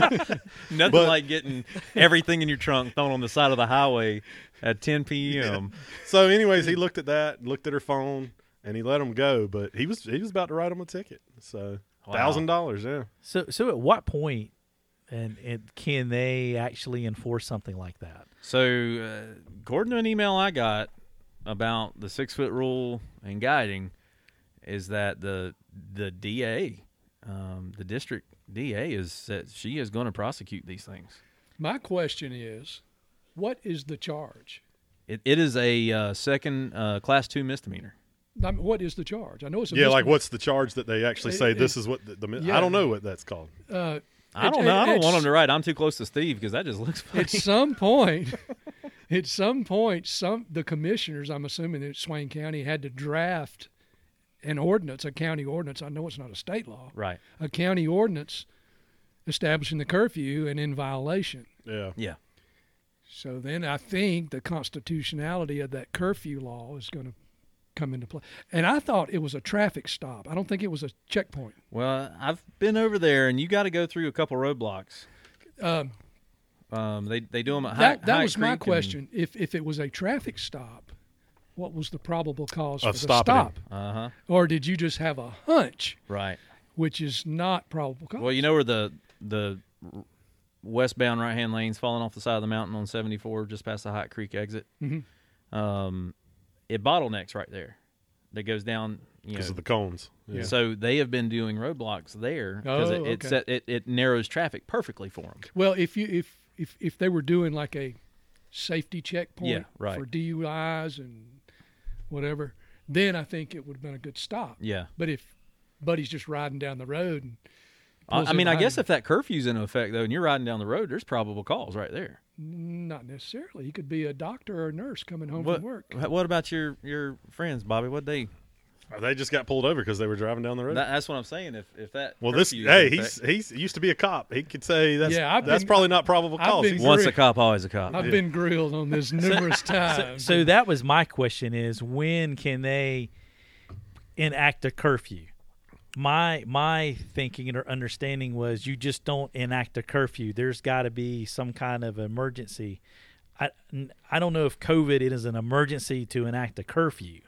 G: Nothing
C: But-
G: like getting everything in your trunk thrown on the side of the highway at 10 p.m.
C: So anyways, he looked at that, looked at her phone, and he let him go, but he was he was about to write him a ticket. So
G: Wow.
C: Thousand dollars, yeah.
A: So, so at what point and, and can they actually enforce something like that?
G: So, uh,
B: According to an email I got about the six foot rule and guiding, is that the the DA, um, the district DA, is that she is going to prosecute these things.
D: My question is, what is the charge?
B: It, it is a uh, second uh, class two misdemeanor.
D: I mean, what is the charge? I know it's a
C: yeah, like
D: misdemeanor.
C: what's the charge that they actually say
D: It-
C: this is what the, the mi- I
D: yeah.
C: don't know what that's called.
D: Uh,
B: I
D: it-
B: don't know. I don't
D: it's-
B: want them to write. I'm too close to Steve because that just looks funny.
D: At some point, at some point, some the commissioners, I'm assuming that Swain County had to draft an ordinance, a county ordinance. I know it's not a state law,
B: Right.
D: a county ordinance establishing the curfew and in violation.
C: Yeah.
B: Yeah.
D: So then I think the constitutionality of that curfew law is going to come into play. And I thought it was a traffic stop. I don't think it was a checkpoint.
B: Well, I've been over there, and you got to go through a couple roadblocks.
D: Um,
B: Um, they they do them at
D: that
B: Hi-
D: that
B: Hyatt
D: was my
B: Creek and-
D: question. If if it was a traffic stop, what was the probable cause
C: Of
D: for the
C: stopping him.
D: stop?
B: Uh-huh.
D: Or did you just have a hunch,
B: Right.
D: which is not probable cause?
B: Well, you know where the the westbound right hand lane's falling off the side of the mountain on 74, just past the Hot Creek exit. Mm-hmm. Um, it bottlenecks right there. That goes down. You know,
C: Because of the cones. Yeah.
B: so they have been doing roadblocks there because
D: Oh,
B: it, it,
D: okay.
B: set, it it narrows traffic perfectly for them.
D: Well, if you if if if they were doing like a safety checkpoint
B: Yeah, right.
D: for DUIs and whatever, then I think it would have been a good stop.
B: Yeah.
D: But if Buddy's just riding down the road and
B: I,
D: pulls
B: I
D: in
B: mean, I
D: behind
B: guess
D: him,
B: if that curfew's in effect though, and you're riding down the road, there's probable cause right there.
D: not necessarily. He could be a doctor or a nurse coming home
B: What
D: from work.
B: wh- What about your your friends, Bobby? What they?
C: Uh, They just got pulled over because they were driving down the road.
B: That, that's what I'm saying. If if that
C: well, this
B: curfew's in
C: hey,
B: effect-
C: he's he's used to be a cop. He could say that's
D: Yeah, I've
C: that's
D: been-
C: probably not probable
D: I've
C: cause.
D: been
C: He's-
B: once a
D: Rick-
B: cop, always a cop.
D: I've been grilled on this numerous times.
A: So that was my question: is when can they enact a curfew? My my thinking or understanding was you just don't enact a curfew. There's got to be some kind of emergency. I n- I don't know if COVID it is an emergency to enact a curfew.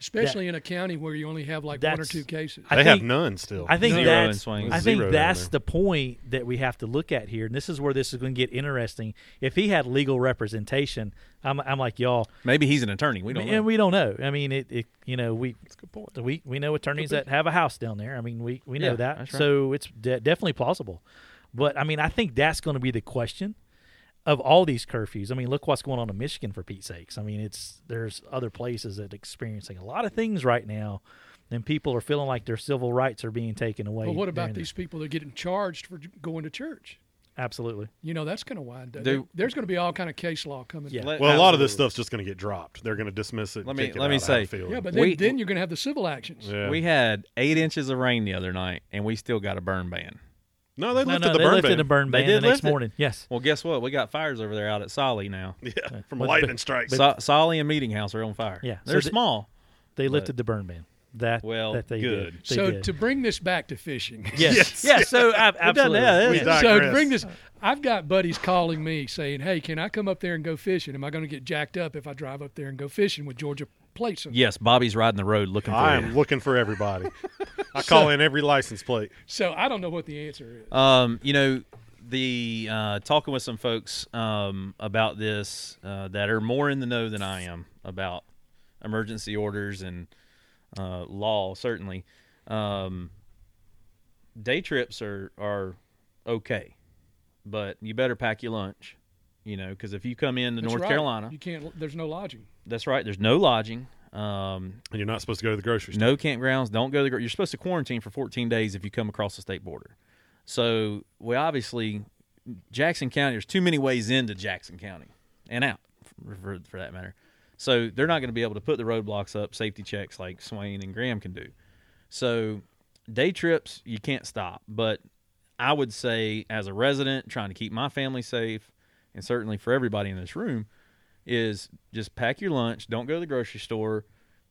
D: especially in a county where you only have like one or
A: That's-
D: two cases.
A: I
C: they have
A: think-
C: none still.
A: I think
B: Zero in
A: that's
B: swings.
A: I think
C: Zero down
A: that's
C: there.
A: the point that we have to look at here, and this is where this is going to get interesting. If he had legal representation, I'm I'm like y'all,
B: Maybe he's an attorney. We don't
A: and
B: know.
A: we don't know. I mean, it, it you know we we we know attorneys that have a house down there. I mean, we we know
B: Yeah,
A: that,
B: that's right.
A: so it's de- definitely plausible. But I mean, I think that's going to be the question of all these curfews. I mean, look what's going on in Michigan for Pete's sakes. I mean, it's there's other places that are experiencing a lot of things right now, and people are feeling like their civil rights are being taken away.
D: But what about
A: during
D: these people that are getting charged for j- going to church?
A: Absolutely.
D: You know, that's going to wind up.
B: They-
D: There's going to be all kind of case law coming.
A: Yeah.
B: Let-
C: well, a lot of this
B: absolutely.
C: stuff's just going to get dropped. They're going to dismiss it. and
B: Let me-
C: kick it
B: let me
C: out of
B: say-
C: Hatfield.
D: Yeah, but then,
B: We-
D: then you're going to have the civil actions.
C: Yeah.
B: We had eight inches of rain the other night, and we still got a burn ban.
C: no, they
A: No,
C: lifted
A: no,
C: the
A: they
C: burn
A: lifted
C: ban.
A: the burn
B: They
A: ban
B: did
A: the next
B: lift it.
A: morning. Yes.
B: Well, guess what? We got fires over there out at Solly now.
C: Yeah, from
A: Well, but-
C: lightning strikes.
B: So, Solly and Meeting House are on fire.
A: Yeah, so
B: they're
A: the-
B: small.
A: They lifted the burn ban. That
B: Well,
A: that they
B: good.
A: Did. They
D: So
A: did.
D: to bring this back to fishing.
A: yes. yeah. So ab- absolutely.
B: yeah,
A: We-
B: yeah.
C: We digress.
D: So to bring this, I've got buddies calling me saying, "Hey, can I come up there and go fishing? Am I going to get jacked up if I drive up there and go fishing with Georgia plates?" on?"
B: Yes, Bobby's riding the road looking for
C: I
B: you.
C: am looking for everybody. I call in every license plate.
D: So I don't know what the answer is.
B: Um, you know, the uh, talking with some folks um, about this uh, that are more in the know than I am about emergency orders and uh, law. Certainly, um, day trips are are okay, but you better pack your lunch. You know, because if you come into
D: That's
B: North
D: right.
B: Carolina,
D: you can't. There's no lodging.
B: that's right. There's no lodging. Um,
C: And you're not supposed to go to the grocery store.
B: no campgrounds. Don't go to the. gr- You're supposed to quarantine for 14 days if you come across the state border. So we obviously Jackson County. There's too many ways into Jackson County and out, for, for, for that matter. So they're not going to be able to put the roadblocks up, safety checks like Swain and Graham can do. So day trips you can't stop, but I would say as a resident trying to keep my family safe, and certainly for everybody in this room, is just pack your lunch, don't go to the grocery store,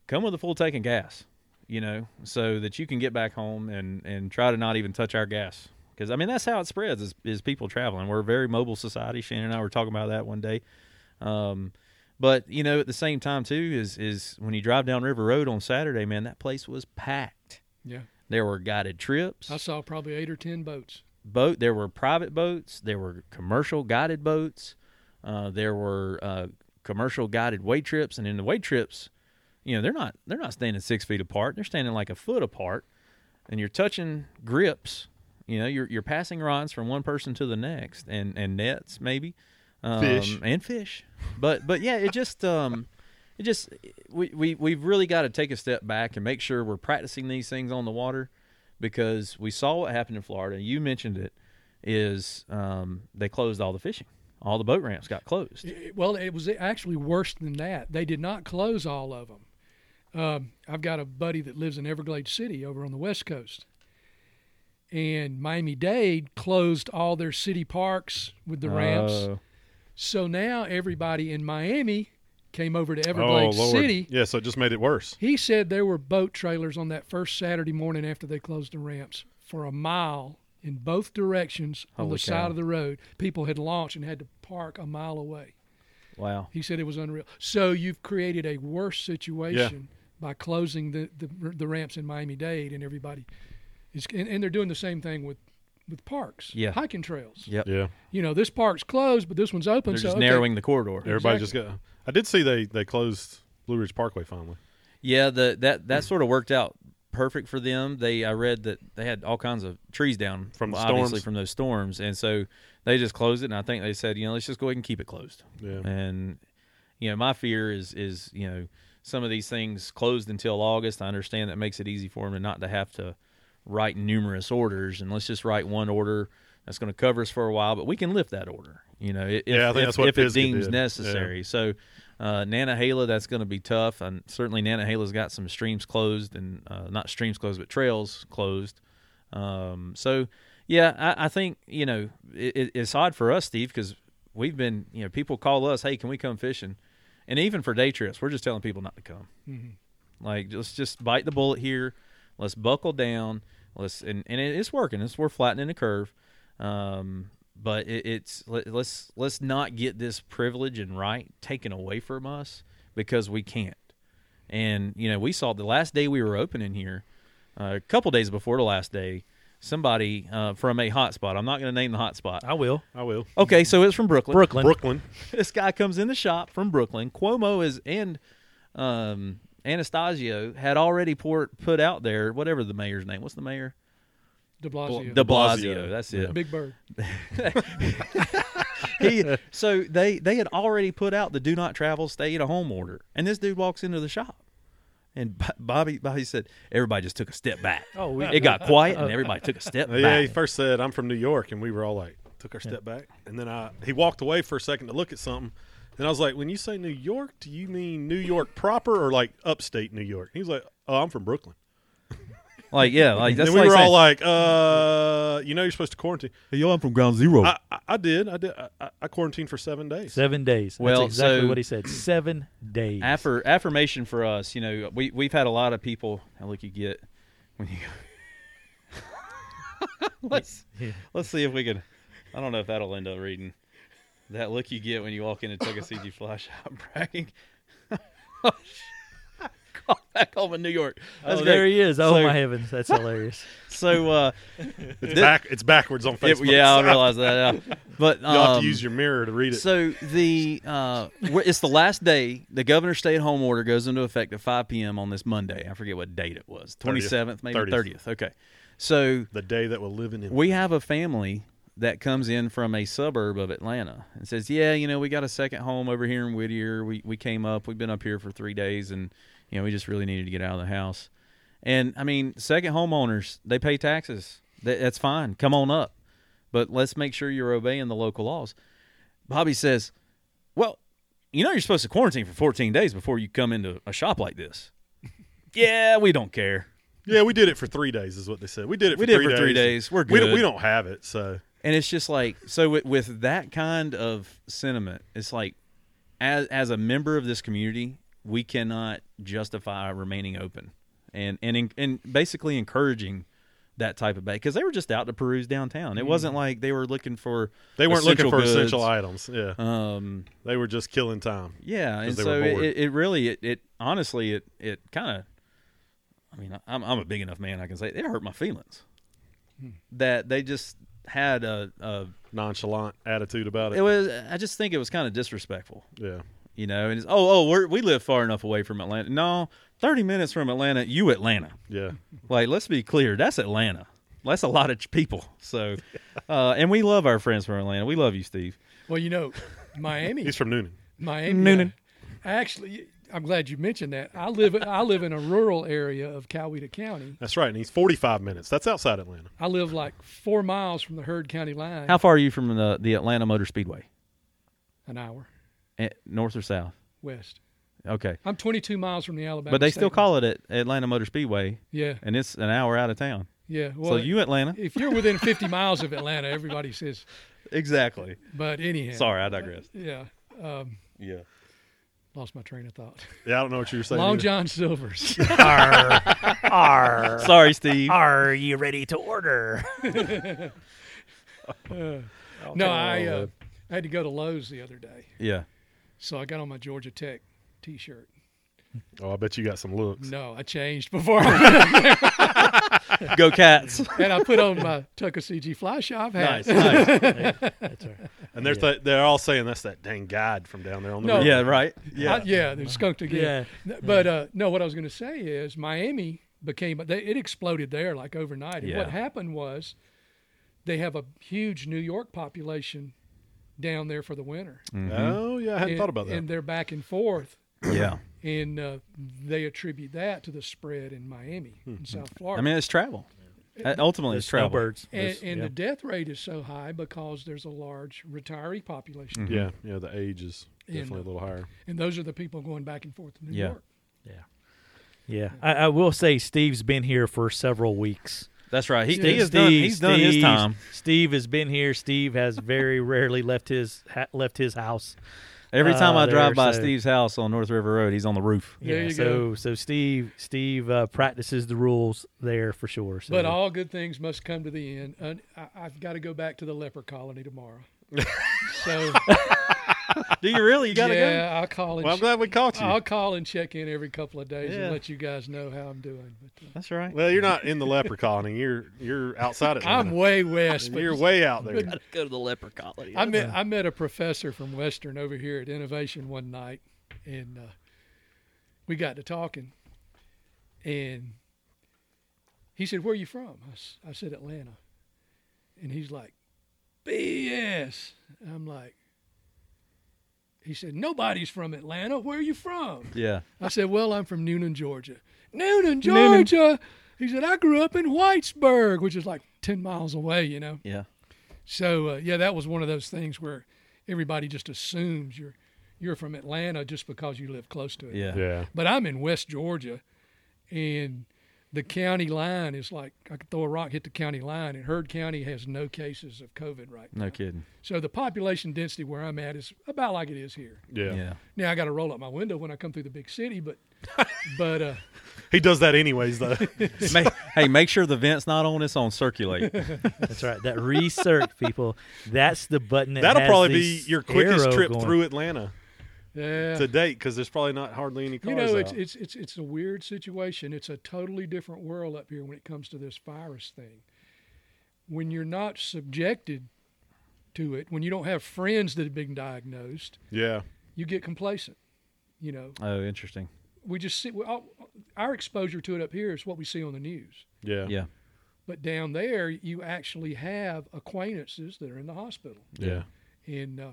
B: come with a full tank of gas, you know, so that you can get back home and and try to not even touch our gas. Because I mean that's how it spreads is, is people traveling. We're a very mobile society. Shannon and I were talking about that one day. Um, but you know, at the same time too is is when you drive down River Road on Saturday, man, that place was packed.
D: Yeah.
B: There were guided trips,
D: I saw probably eight or ten boats.
B: boat. There were private boats, there were commercial guided boats, uh, there were uh, commercial guided way trips, and in the way trips, you know, they're not they're not standing six feet apart. They're standing like a foot apart, and you're touching grips. You know, you're you're passing rods from one person to the next, and and nets maybe, um,
C: Fish.
B: and fish. But but yeah, it just um, it just we we we've really got to take a step back and make sure we're practicing these things on the water, because we saw what happened in Florida. You mentioned it, is um, they closed all the fishing, all the boat ramps got closed.
D: It- Well, it was actually worse than that. They did not close all of them. Um, I've got a buddy that lives in Everglades City over on the West Coast. And Miami Dade closed all their city parks with the ramps.
B: Oh.
D: So now everybody in Miami came over to Everglades
C: oh, Lord.
D: City.
C: Yeah, so it just made it worse.
D: He said there were boat trailers on that first Saturday morning after they closed the ramps for a mile in both directions on
B: Holy
D: the side
B: cow.
D: of the road. People had launched and had to park a mile away.
B: wow.
D: He said it was unreal. So you've created a worse situation by closing the, the the ramps in Miami Dade, and everybody is and, and they're doing the same thing with with parks,
B: Yeah.
D: hiking trails.
B: Yep.
C: Yeah.
D: You know, this park's closed, but this one's open.
B: They're
D: so
B: just
D: okay.
B: narrowing the corridor.
C: Everybody
D: Exactly.
C: just got. I did see they they closed Blue Ridge Parkway finally.
B: Yeah, the that
C: Hmm.
B: that sort of worked out perfect for them. They I read that they had all kinds of trees down
C: From the
B: obviously
C: storms.
B: from those storms, and so they just closed it. And I think they said, you know, let's just go ahead and keep it closed.
C: Yeah.
B: And you know, my fear is is you know some of these things closed until August. I understand that makes it easy for them to not to have to write numerous orders, and let's just write one order that's going to cover us for a while. But we can lift that order. You know, i- if,
C: Yeah, I think
B: if,
C: that's what
B: if it
C: Pisgah
B: deems
C: did. Yeah.
B: necessary. So, uh, Nana Hala, that's going to be tough, and certainly Nana Hala's got some streams closed, and uh, not streams closed, but trails closed. Um, so, yeah, I, I think you know it, it- it's odd for us, Steve, because we've been you know people call us, hey, can we come fishing? And even for day trips, we're just telling people not to come. Like, let's just bite the bullet here. Let's buckle down. Let's and, and it- it's working. It's we're flattening the curve. Um, but it, it's let, let's let's not get this privilege and right taken away from us because we can't. And you know, we saw the last day we were open in here, uh, a couple days before the last day, somebody uh, from a hotspot. I'm not going to name the hotspot.
A: I will.
C: I will.
B: Okay, so it's from Brooklyn
A: Brooklyn.
C: Brooklyn.
B: this guy comes in the shop from Brooklyn. Cuomo is and um, Anastasio had already pour, put out there whatever the mayor's name. What's the mayor?
D: De Blasio,
B: De
C: Blasio.
B: Blasio. That's it.
D: Big Bird.
B: He, so they they had already put out the do not travel, stay at a home order, and this dude walks into the shop, and Bo- Bobby Bobby said everybody just took a step back.
A: Oh, we-
B: it got quiet and everybody took a step back.
C: Yeah, he first said, "I'm from New York," and we were all like, took our step back, and then I he walked away for a second to look at something, and I was like, "When you say New York, do you mean New York proper or like upstate New York?" He was like, "Oh, I'm from Brooklyn."
B: Like yeah, like that's
C: and we
B: like
C: were
B: saying,
C: all like, "Uh, you know, you're supposed to quarantine."
B: hey, yo, I'm from Ground Zero.
C: I, I, I did, I did, I- I, I quarantined for seven days.
A: Seven days.
B: Well,
A: That's exactly
B: so-
A: what he said. Seven days.
B: Affir- affirmation for us, you know, we we've had a lot of people. Now look, you get when you. let's let's see if we can. I don't know if that'll end up reading. That look you get when you walk into Tuckasegee Fly Shop bragging. Oh, Call back home in New York. That's
A: oh, there
B: great.
A: he is. Oh
B: So-
A: my heavens, that's hilarious.
B: So uh,
C: It's back, it's backwards on
B: it-
C: Facebook.
B: yeah, I
C: so
B: realize that. yeah. But um,
C: You'll have to use your mirror to read it.
B: So the uh, we're- it's the last day. The governor's stay-at-home order goes into effect at 5 p.m. on this Monday. I forget what date it was. 27th, maybe
C: 30th.
B: 30th. Okay. So
C: the day that we're living in.
B: we have a family that comes in from a suburb of Atlanta and says, "Yeah, you know, we got a second home over here in Whittier. We we came up. We've been up here for 3 days and you know, we just really needed to get out of the house." And I mean, second homeowners, they pay taxes. That, that's fine. Come on up. But let's make sure you're obeying the local laws. Bobby says, "Well, you know you're supposed to quarantine for 14 days before you come into a shop like this." yeah, we don't care.
C: yeah, we did it for three days, is what they said. We did it.
B: We
C: for
B: did it
C: three
B: for
C: days.
B: three days. We're
C: We don't,
B: good.
C: we don't have it, so
B: And it's just like so with, with that kind of sentiment, it's like as as a member of this community, we cannot justify remaining open and and en- and basically encouraging that type of bait because they were just out to peruse downtown. It wasn't like they were looking for
C: Mm-hmm. They weren't looking
B: essential
C: for
B: goods.
C: essential items. Yeah,
B: Um,
C: they were just killing time.
B: yeah, and
C: they were
B: so
C: bored.
B: it, it, it really it, it honestly it it kind of. I mean, I'm I'm a big enough man. I can say it hurt my feelings
C: Hmm.
B: that they just had a, a
C: Nonchalant attitude about it.
B: it was I just think it was kind of disrespectful,
C: yeah,
B: you know. And it's oh oh we're, we live far enough away from Atlanta. No, thirty minutes from Atlanta, you Atlanta.
C: yeah.
B: Like let's be clear, that's Atlanta. That's a lot of ch- people. So, uh, and we love our friends from Atlanta. We love you, Steve.
D: Well, you know, Miami,
C: He's from Noonan.
D: Miami. I actually, I'm glad you mentioned that. I live I live in a rural area of Coweta County.
C: That's right, and he's 45 minutes. That's outside Atlanta.
D: I live like four miles from the Heard County line.
B: How far are you from the the Atlanta Motor Speedway?
D: An hour
B: Eh, North or south?
D: west.
B: Okay,
D: I'm 22 miles from the Alabama.
B: but they still
D: State
B: call it at Atlanta Motor Speedway,
D: line. Yeah,
B: and it's an hour out of town.
D: yeah. Well,
B: so you Atlanta,
D: if you're within 50 miles of Atlanta, everybody says.
B: exactly.
D: But anyhow,
B: Sorry, I digressed.
D: Yeah, um,
B: Yeah.
D: lost my train of thought.
C: Yeah, I don't know what you were saying.
D: Long
C: either.
D: John Silver's.
A: Are, are,
B: Sorry, Steve.
A: are you ready to order?
D: no, I
B: Oh,
D: uh, I had to go to Lowe's the other day,
B: Yeah.
D: so I got on my Georgia Tech T-shirt.
C: Oh, I bet you got some looks.
D: No, I changed before, I
B: Go Cats.
D: and I put on my Tucker CG Fly Shop
B: nice.
D: hat.
B: nice.
A: That's all right.
C: And they're th- they're all saying that's that dang guide from down there on the
D: No.
C: road.
B: Yeah. Right.
D: Yeah,
B: Yeah.
D: I, yeah, they're skunked again. N- But uh, no, what I was going to say is Miami became they, it exploded there like overnight. And what
B: Yeah.
D: happened was they have a huge New York population down there for the winter.
A: Mm-hmm.
C: Oh yeah, I hadn't
D: and,
C: thought about that.
D: And they're back and forth,
B: yeah.
D: and uh, they attribute that to the spread in Miami, in South Florida.
B: I mean, it's travel. Uh, Ultimately,
A: There's
B: it's travel.
A: snowbirds.
D: and
A: There's-
D: and
A: yeah.
D: the death rate is so high because there's a large retiree population,
C: yeah, yeah, the age is
D: mm-hmm. And-
C: definitely a little higher.
D: and those are the people going back and forth to New
B: Yeah.
D: York.
A: Yeah. Yeah. I, I will say Steve's been here for several weeks.
B: That's right. He, he
A: Steve-
B: has done.
A: Steve-
B: He's done his
A: Steve's-
B: time.
A: Steve has been here. Steve has very rarely left his ha- left his house.
B: Every time
A: Uh,
B: I drive
A: there,
B: by
A: so-
B: Steve's house on North River Road, he's on the roof.
D: There you
A: so,
D: go.
A: So Steve Steve uh, practices the rules there for sure. So.
D: But all good things must come to the end. And I, I've got to go back to the leper colony tomorrow. so
B: Do you really? You gotta
D: yeah, I'll call and
C: Well, I'm
D: che-
C: glad we caught you.
D: I'll call and check in every couple of days
B: Yeah.
D: and let you guys know how I'm doing. But, uh,
B: That's right.
C: well, you're not in the leper colony. You're you're outside Atlanta.
D: I'm way west. But
C: you're way out there.
H: Go to the leper colony.
D: I met I met a professor from Western over here at Innovation one night, and uh, we got to talking, and he said, "Where are you from?" I, s- I said, "Atlanta," and he's like, "BS." And I'm like, he said, "Nobody's from Atlanta. Where are you from?"
B: Yeah.
D: I said, "Well, I'm from Noonan, Georgia." Noonan, Georgia. He said, "I grew up in Whitesburg, which is like ten miles away, you know."
B: Yeah.
D: So uh, yeah, that was one of those things where everybody just assumes you're you're from Atlanta just because you live close to it.
B: Yeah.
C: Yeah,
D: But I'm in West Georgia, and the county line is like I could throw a rock, hit the county line, and Heard County has no cases of COVID right now.
B: No kidding.
D: So the population density where I'm at is about like it is here.
C: yeah,
B: Yeah.
D: Now I got to roll up my window when I come through the big city, but but uh,
C: He does that anyways, though.
B: Ma- hey, make sure the vent's not on. It's on circulate.
A: That's right. That research, people. That's the button. That
C: That'll
A: has
C: probably
A: the
C: be your quickest
A: arrow
C: trip
A: going.
C: through Atlanta
D: yeah,
C: to date because there's probably not hardly any cars.
D: you know it's,
C: out.
D: it's it's it's a weird situation it's a totally different world up here when it comes to this virus thing when you're not subjected to it when you don't have friends that have been diagnosed
C: yeah,
D: you get complacent you know
B: oh, interesting.
D: we just see we, all, our exposure to it up here is what we see on the news
C: yeah,
B: Yeah.
D: but down there you actually have acquaintances that are in the hospital
C: yeah.
D: and uh,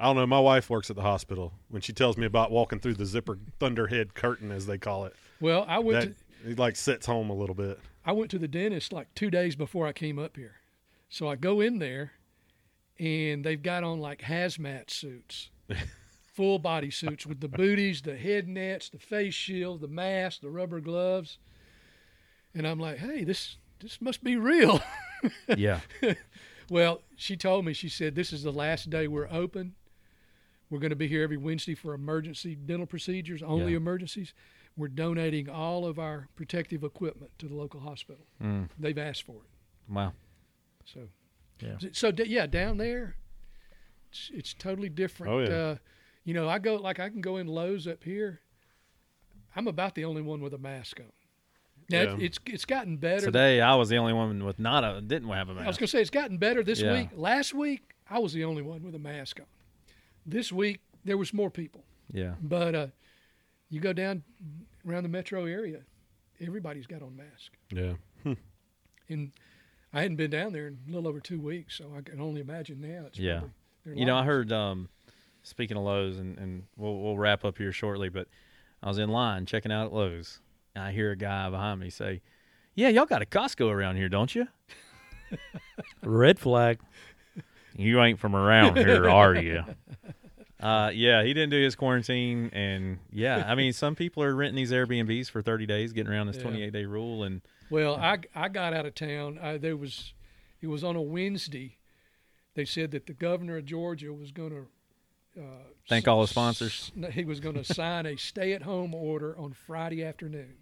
C: I don't know. My wife works at the hospital. When she tells me about walking through the zipper thunderhead curtain, as they call it,
D: well i went
C: that
D: to,
C: it like sets home a little bit.
D: I went to the dentist like two days before I came up here. So I go in there and they've got on like hazmat suits, full body suits with the booties, the head nets, the face shield, the mask, the rubber gloves. And I'm like, hey, this this must be real.
B: Yeah.
D: well, she told me, she said, this is the last day we're open. We're going to be here every Wednesday for emergency dental procedures, only
B: Yeah.
D: emergencies. We're donating all of our protective equipment to the local hospital.
B: Mm.
D: They've asked for it.
B: Wow.
D: So,
A: Yeah.
D: So d- yeah, down there, it's, it's totally different.
C: Oh, yeah.
D: uh, you know, I go like I can go in Lowe's up here. I'm about the only one with a mask on. Now it-
C: Yeah.
D: it's it's gotten better.
B: Today I was the only one with not a didn't have a
D: I was
B: mask.
D: gonna say it's gotten better this
B: Yeah.
D: week. Last week I was the only one with a mask on. This week there was more people,
B: Yeah.
D: but uh, you go down around the metro area, everybody's got on mask.
C: Yeah.
D: And I hadn't been down there in a little over two weeks, so I can only imagine now. It's
B: Yeah.
D: probably their
B: You know, I
D: lives.
B: heard. Um, speaking of Lowe's, and, and we'll we'll wrap up here shortly, but I was in line checking out at Lowe's, and I hear a guy behind me say, "Yeah, y'all got a Costco around here, don't you?
A: Red flag.
B: You ain't from around here, are you?" Uh, yeah, he didn't do his quarantine, and yeah, I mean, some people are renting these Airbnbs for thirty days, getting around this
D: Yeah.
B: twenty-eight day rule, and
D: Well, I, I got out of town. I, there was, it was on a Wednesday. They said that the governor of Georgia was going to uh,
B: Thank
D: s-
B: all the sponsors.
D: s- He was going to sign a stay-at-home order on Friday afternoon.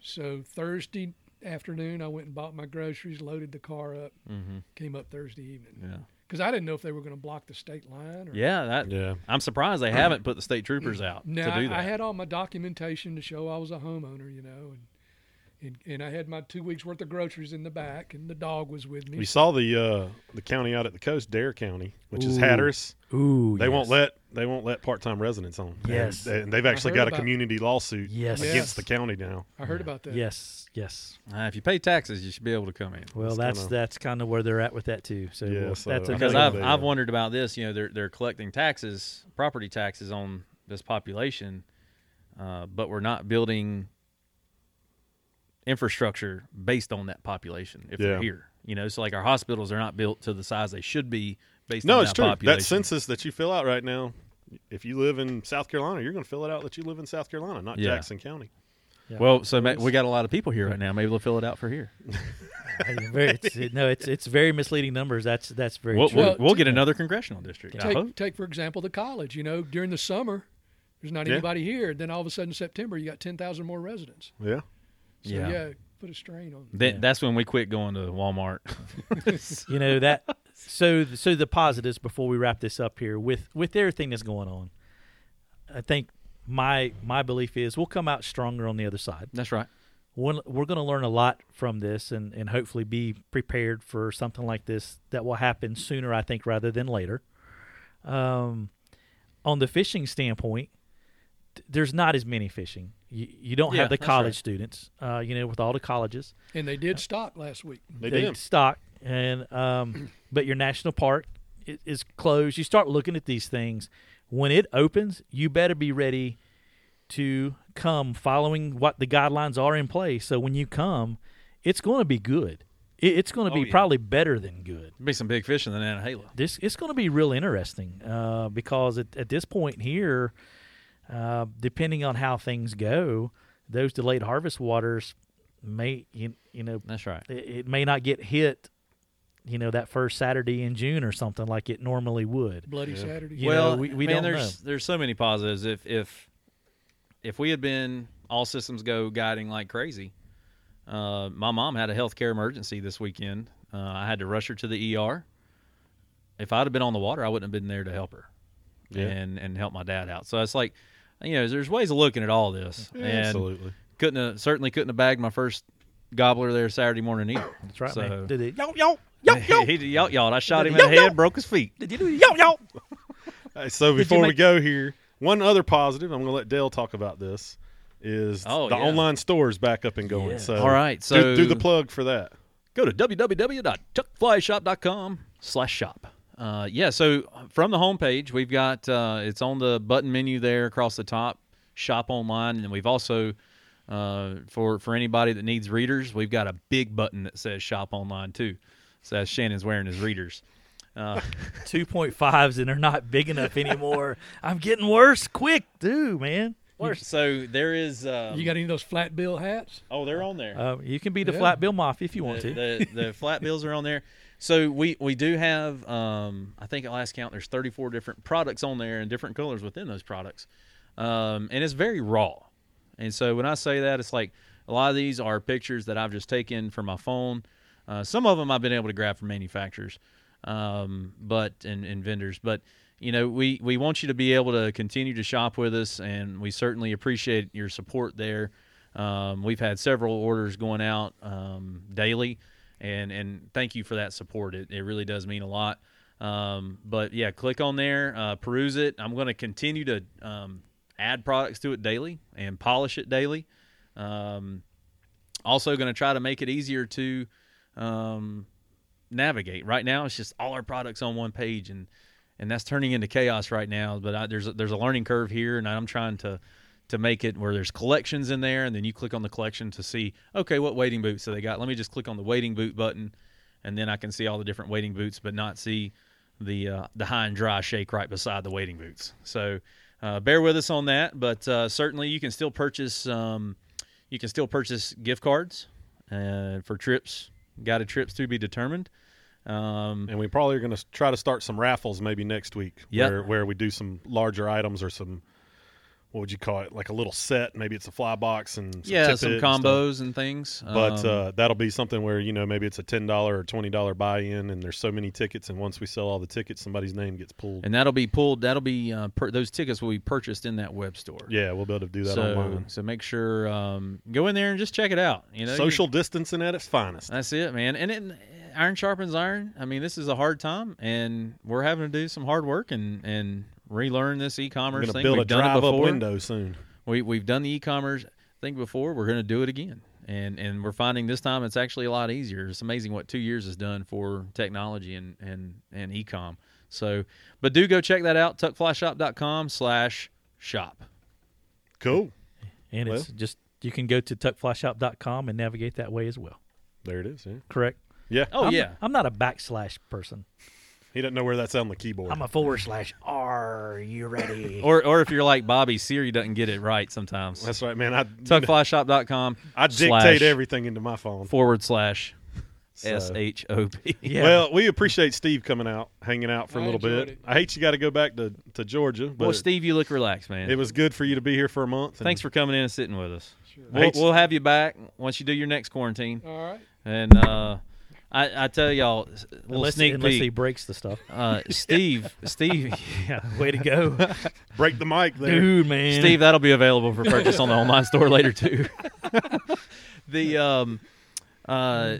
D: So Thursday afternoon, I went and bought my groceries, loaded the car up, came up Thursday evening
B: Mm-hmm. yeah,
D: because I didn't know if they were going to block the state line. Or,
B: yeah, that
C: Yeah.
B: I'm surprised they haven't put the state troopers out
D: Now
B: to do that.
D: I, I had all my documentation to show I was a homeowner, you know, and. And, and I had my two weeks worth of groceries in the back, and the dog was with me.
C: We saw the uh, the county out at the coast, Dare County, which is
A: Ooh.
C: Hatteras.
A: Ooh.
C: They won't
A: yes.
C: let they won't let part time residents on.
A: Yes.
C: and, and they've actually
D: heard
C: got a
D: about-
C: community lawsuit
A: Yes.
D: Yeah.
C: against the county now.
D: I heard about that.
A: Yes. Yes.
B: Uh, if you pay taxes, you should be able to come in.
A: Well,
C: It's
A: that's
C: kinda-
A: that's kind of where they're at with that too. So
C: Yeah,
A: we'll-
C: so-
A: that's
C: Because
B: Because
A: another-
B: I've
C: they,
B: I've
C: uh,
B: wondered about this. You know, they're they're collecting taxes, property taxes on this population, uh, but we're not building infrastructure based on that population if
C: Yeah.
B: they're here. You know, so like our hospitals are not built to the size they should be based
C: No,
B: on
C: it's
B: that
C: true.
B: population.
C: That census that you fill out right now, if you live in South Carolina, you're going to fill it out that you live in South Carolina, not
B: Yeah.
C: Jackson County.
B: Well, so ma- we got a lot of people here right now. Maybe they'll fill it out for here.
A: very, it's, it- no, it's it's very misleading numbers. That's that's very
B: We'll,
A: true.
B: we'll,
D: Well,
B: we'll get another congressional district. I hope.
D: Take, take for example the college. You know, during the summer, there's not
C: Yeah.
D: anybody here. Then all of a sudden, September, you got ten thousand more residents.
C: Yeah.
D: So
B: Yeah.
D: yeah, put a strain on.
B: Then, That's when we quit going to Walmart.
A: you know that. So th- so the positives before we wrap this up here with with everything that's going on, I think my my belief is we'll come out stronger on the other side.
B: That's right.
A: One, we're going to learn a lot from this and and hopefully be prepared for something like this that will happen sooner, I think, rather than later. Um, on the fishing standpoint, th- there's not as many fishing. You, you don't
B: Yeah,
A: have the
B: that's
A: college
B: right.
A: students, uh, you know, with all the colleges.
D: And they did stock last week.
C: They,
A: They
C: did.
A: stock, and um, but your national park i- is closed. You start looking at these things. When it opens, you better be ready to come following what the guidelines are in place. So when you come, it's going to be good. It, it's going to be
B: yeah.
A: probably better than good
B: Be some big fish in the Nantahala.
A: this it's going to be real interesting uh, because at, at this point here, uh, depending on how things go, those delayed harvest waters may you, you know
B: That's right.
A: it, it may not get hit, you know that first Saturday in June or something like it normally would.
D: Bloody Saturday.
A: You
B: well,
A: know, we- we
B: man,
A: don't
B: there's there's so many positives. If if if we had been all systems go guiding like crazy, uh, my mom had a healthcare emergency this weekend. Uh, I had to rush her to the ER. If I'd have been on the water, I wouldn't have been there to help her
C: Yeah.
B: and and help my dad out. So it's like, you know, there's ways of looking at all this.
C: Yeah,
B: and
C: Absolutely.
B: couldn't have, certainly couldn't have bagged my first gobbler there Saturday morning either.
A: That's right,
B: So
A: man. Did it, yo,
B: yo, yo. he yo yo. I shot him in the head, broke his feet.
A: yo, yo.
C: Hey, so before we
A: make-
C: go here, one other positive, I'm going to let Dale talk about this, is
B: Oh,
C: the
B: yeah.
C: online store is back up and going.
A: Yeah.
C: So
B: All right,
C: do-
B: so-
C: do the plug for that.
B: go to www.tuckflyshop.com slash shop uh, yeah so from the homepage we've got uh, it's on the button menu there across the top shop online and then we've also uh, for for anybody that needs readers we've got a big button that says shop online too so that's shannon's wearing his readers
A: Two point fives and they're not big enough anymore. I'm getting worse. Quick, dude, man.
E: Worse.
B: So there is. Um,
D: you got any of those flat bill hats?
B: oh, they're on there.
A: Uh, you can be the
D: Yeah.
A: flat bill mafia if you want to.
B: the, the, the flat bills are on there. So we we do have um, I think at last count there's 34 different products on there and different colors within those products, um, and it's very raw. And so when I say that, it's like a lot of these are pictures that I've just taken from my phone. Uh, some of them I've been able to grab from manufacturers, um, but and, and vendors. But you know we we want you to be able to continue to shop with us, and we certainly appreciate your support there. Um, we've had several orders going out um, daily, and and thank you for that support. It, it really does mean a lot. Um, but yeah, click on there, uh, peruse it. I'm going to continue to um, add products to it daily and polish it daily. Um, also, going to try to make it easier to um, navigate. Right now, it's just all our products on one page, and and that's turning into chaos right now. But I, there's a, there's a learning curve here, and I'm trying to to make it where there's collections in there, and then you click on the collection to see okay what wading boots do they got. Let me just click on the wading boot button, and then I can see all the different wading boots, but not see the uh, the high and dry shake right beside the wading boots. So uh, bear with us on that, but uh, certainly you can still purchase um, you can still purchase gift cards uh, for trips, guided trips to be determined. Um,
C: And we probably are going to try to start some raffles maybe next week.
B: Yep.
C: Where, where we do some larger items or some, what would you call it? Like a little set. Maybe it's a fly box and some
B: yeah,
C: tippet
B: some
C: and stuff.
B: combos and things.
C: But
B: um,
C: uh, that'll be something where you know maybe it's a ten dollar or twenty dollar buy in, and there's so many tickets, and once we sell all the tickets, somebody's name gets pulled.
B: and that'll be pulled. That'll be uh, per- those tickets will be purchased in that web store.
C: yeah, we'll be able to do that
B: so,
C: online.
B: so make sure um, go in there and just check it out. You know, you-
C: Social distancing at its finest.
B: That's it, man. And it, iron sharpens iron. I mean, this is a hard time, and we're having to do some hard work and and relearn this
C: We're
B: e-commerce
C: going to
B: thing.
C: build
B: we've
C: a
B: done it
C: drive up
B: before.
C: window soon.
B: We we've done the e-commerce thing before. We're going to do it again, and and we're finding this time it's actually a lot easier. It's amazing what two years has done for technology and and and e-com. So, but do go check that out. Tuckflyshop.com slash shop.
C: Cool.
A: and it's just you can go to tuckflyshop.com and navigate that way as well.
C: There it is. Yeah.
A: Correct?
C: Yeah.
B: Oh
A: I'm-
B: yeah,
A: I'm not a backslash person.
C: He doesn't know where that's on the keyboard.
A: I'm a forward slash. Are you ready?
B: or or if you're like Bobby, Siri doesn't get it right sometimes.
C: that's right, man. I
B: Tuckflyshop.com.
C: I dictate
B: slash
C: everything into my phone.
B: forward slash
C: So-
B: S H O P.
A: yeah.
C: Well, we appreciate Steve coming out, hanging out for a
D: I
C: little bit.
D: enjoyed it.
C: I hate you got to go back to, to Georgia, but
B: Well, Steve, you look relaxed, man.
C: it was good for you to be here for a month. and
B: Thanks for coming in and sitting with us.
C: I
B: We'll,
C: hate-
B: we'll have you back once you do your next quarantine.
D: All right.
B: And uh, I, I tell y'all, s- little
A: unless,
B: sneak
A: unless he
B: peek.
A: breaks the stuff.
B: Uh, Steve, Steve, yeah,
A: Way to go,
C: break the mic there.
A: dude, man.
B: Steve, that'll be available for purchase on the online store later too. the um, uh,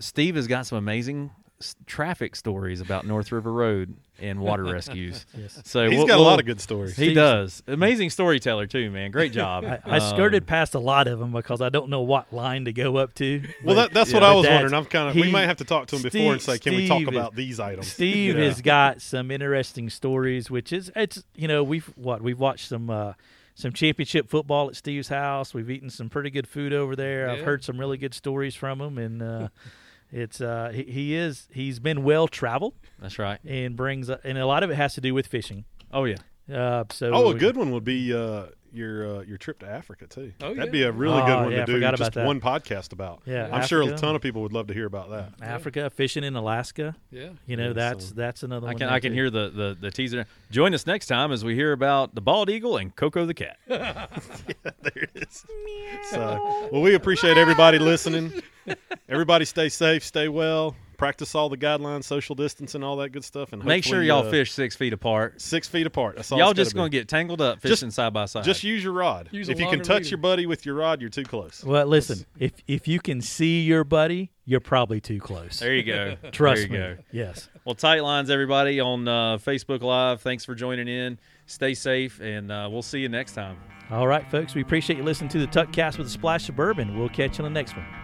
B: Steve has got some amazing s- traffic stories about North River Road and water rescues.
A: Yes.
B: So
C: He's
B: we'll-
C: got a
B: we'll-
C: lot of good stories.
B: He does. Amazing storyteller too, man. Great job. Um,
A: I, I skirted past a lot of them because I don't know what line to go up to. but
C: Well, that, that's what
A: Yeah.
C: I
A: But
C: was
A: that's-
C: wondering. I'm kind of. We
A: he-
C: might have to talk to him before and say,
A: Steve-
C: "Can we talk
A: Steve is-
C: about these items?"
A: Steve
C: Yeah.
A: has got some interesting stories, which is it's you know we've what we've watched some uh, some championship football at Steve's house. We've eaten some pretty good food over there. I've
D: Yeah.
A: heard some really good stories from him, and uh, it's uh, he, he is he's been well traveled
B: That's right.
A: and brings and a lot of it has to do with fishing.
B: Oh yeah.
A: Uh, so
C: Oh, a
A: we-
C: good one would be uh, your uh, your trip to Africa too.
D: Oh,
C: That'd
D: yeah.
C: be a really
A: Oh,
C: good one
A: yeah, I
C: to do.
A: forgot
C: Just
A: about that.
C: one podcast about.
A: Yeah,
C: I'm sure a
A: Africa.
C: ton of people would love to hear about that.
A: Africa fishing in Alaska.
D: Yeah.
A: You know
C: Yeah,
A: that's
C: so-
A: that's another.
B: I
A: one
B: can
A: there,
B: I can
A: too.
B: hear the, the the teaser. Join us next time as we hear about the bald eagle and Coco the cat.
C: there it is. So, well, we appreciate everybody listening. Everybody, stay safe, stay well, practice all the guidelines, social distancing, all that good stuff, and
B: Make sure
C: hopefully,
B: y'all
C: uh,
B: fish six feet apart.
C: six feet apart. That's all
B: Y'all
C: it's gotta
B: just gonna
C: be.
B: get tangled up
C: Just-
B: fishing side by side.
C: just use your rod.
D: Use a
C: if you can
D: longer
C: touch
D: leader.
C: your buddy with your rod, you're too close.
A: Well, listen. If if you can see your buddy, you're probably too close.
B: there you go.
A: Trust
B: there you
A: me.
B: Go.
A: Yes.
B: Well, tight lines, everybody on uh, Facebook Live. Thanks for joining in. Stay safe, and uh, we'll see you next time.
A: All right, folks. We appreciate you listening to the Tuckcast with a splash of bourbon. We'll catch you on the next one.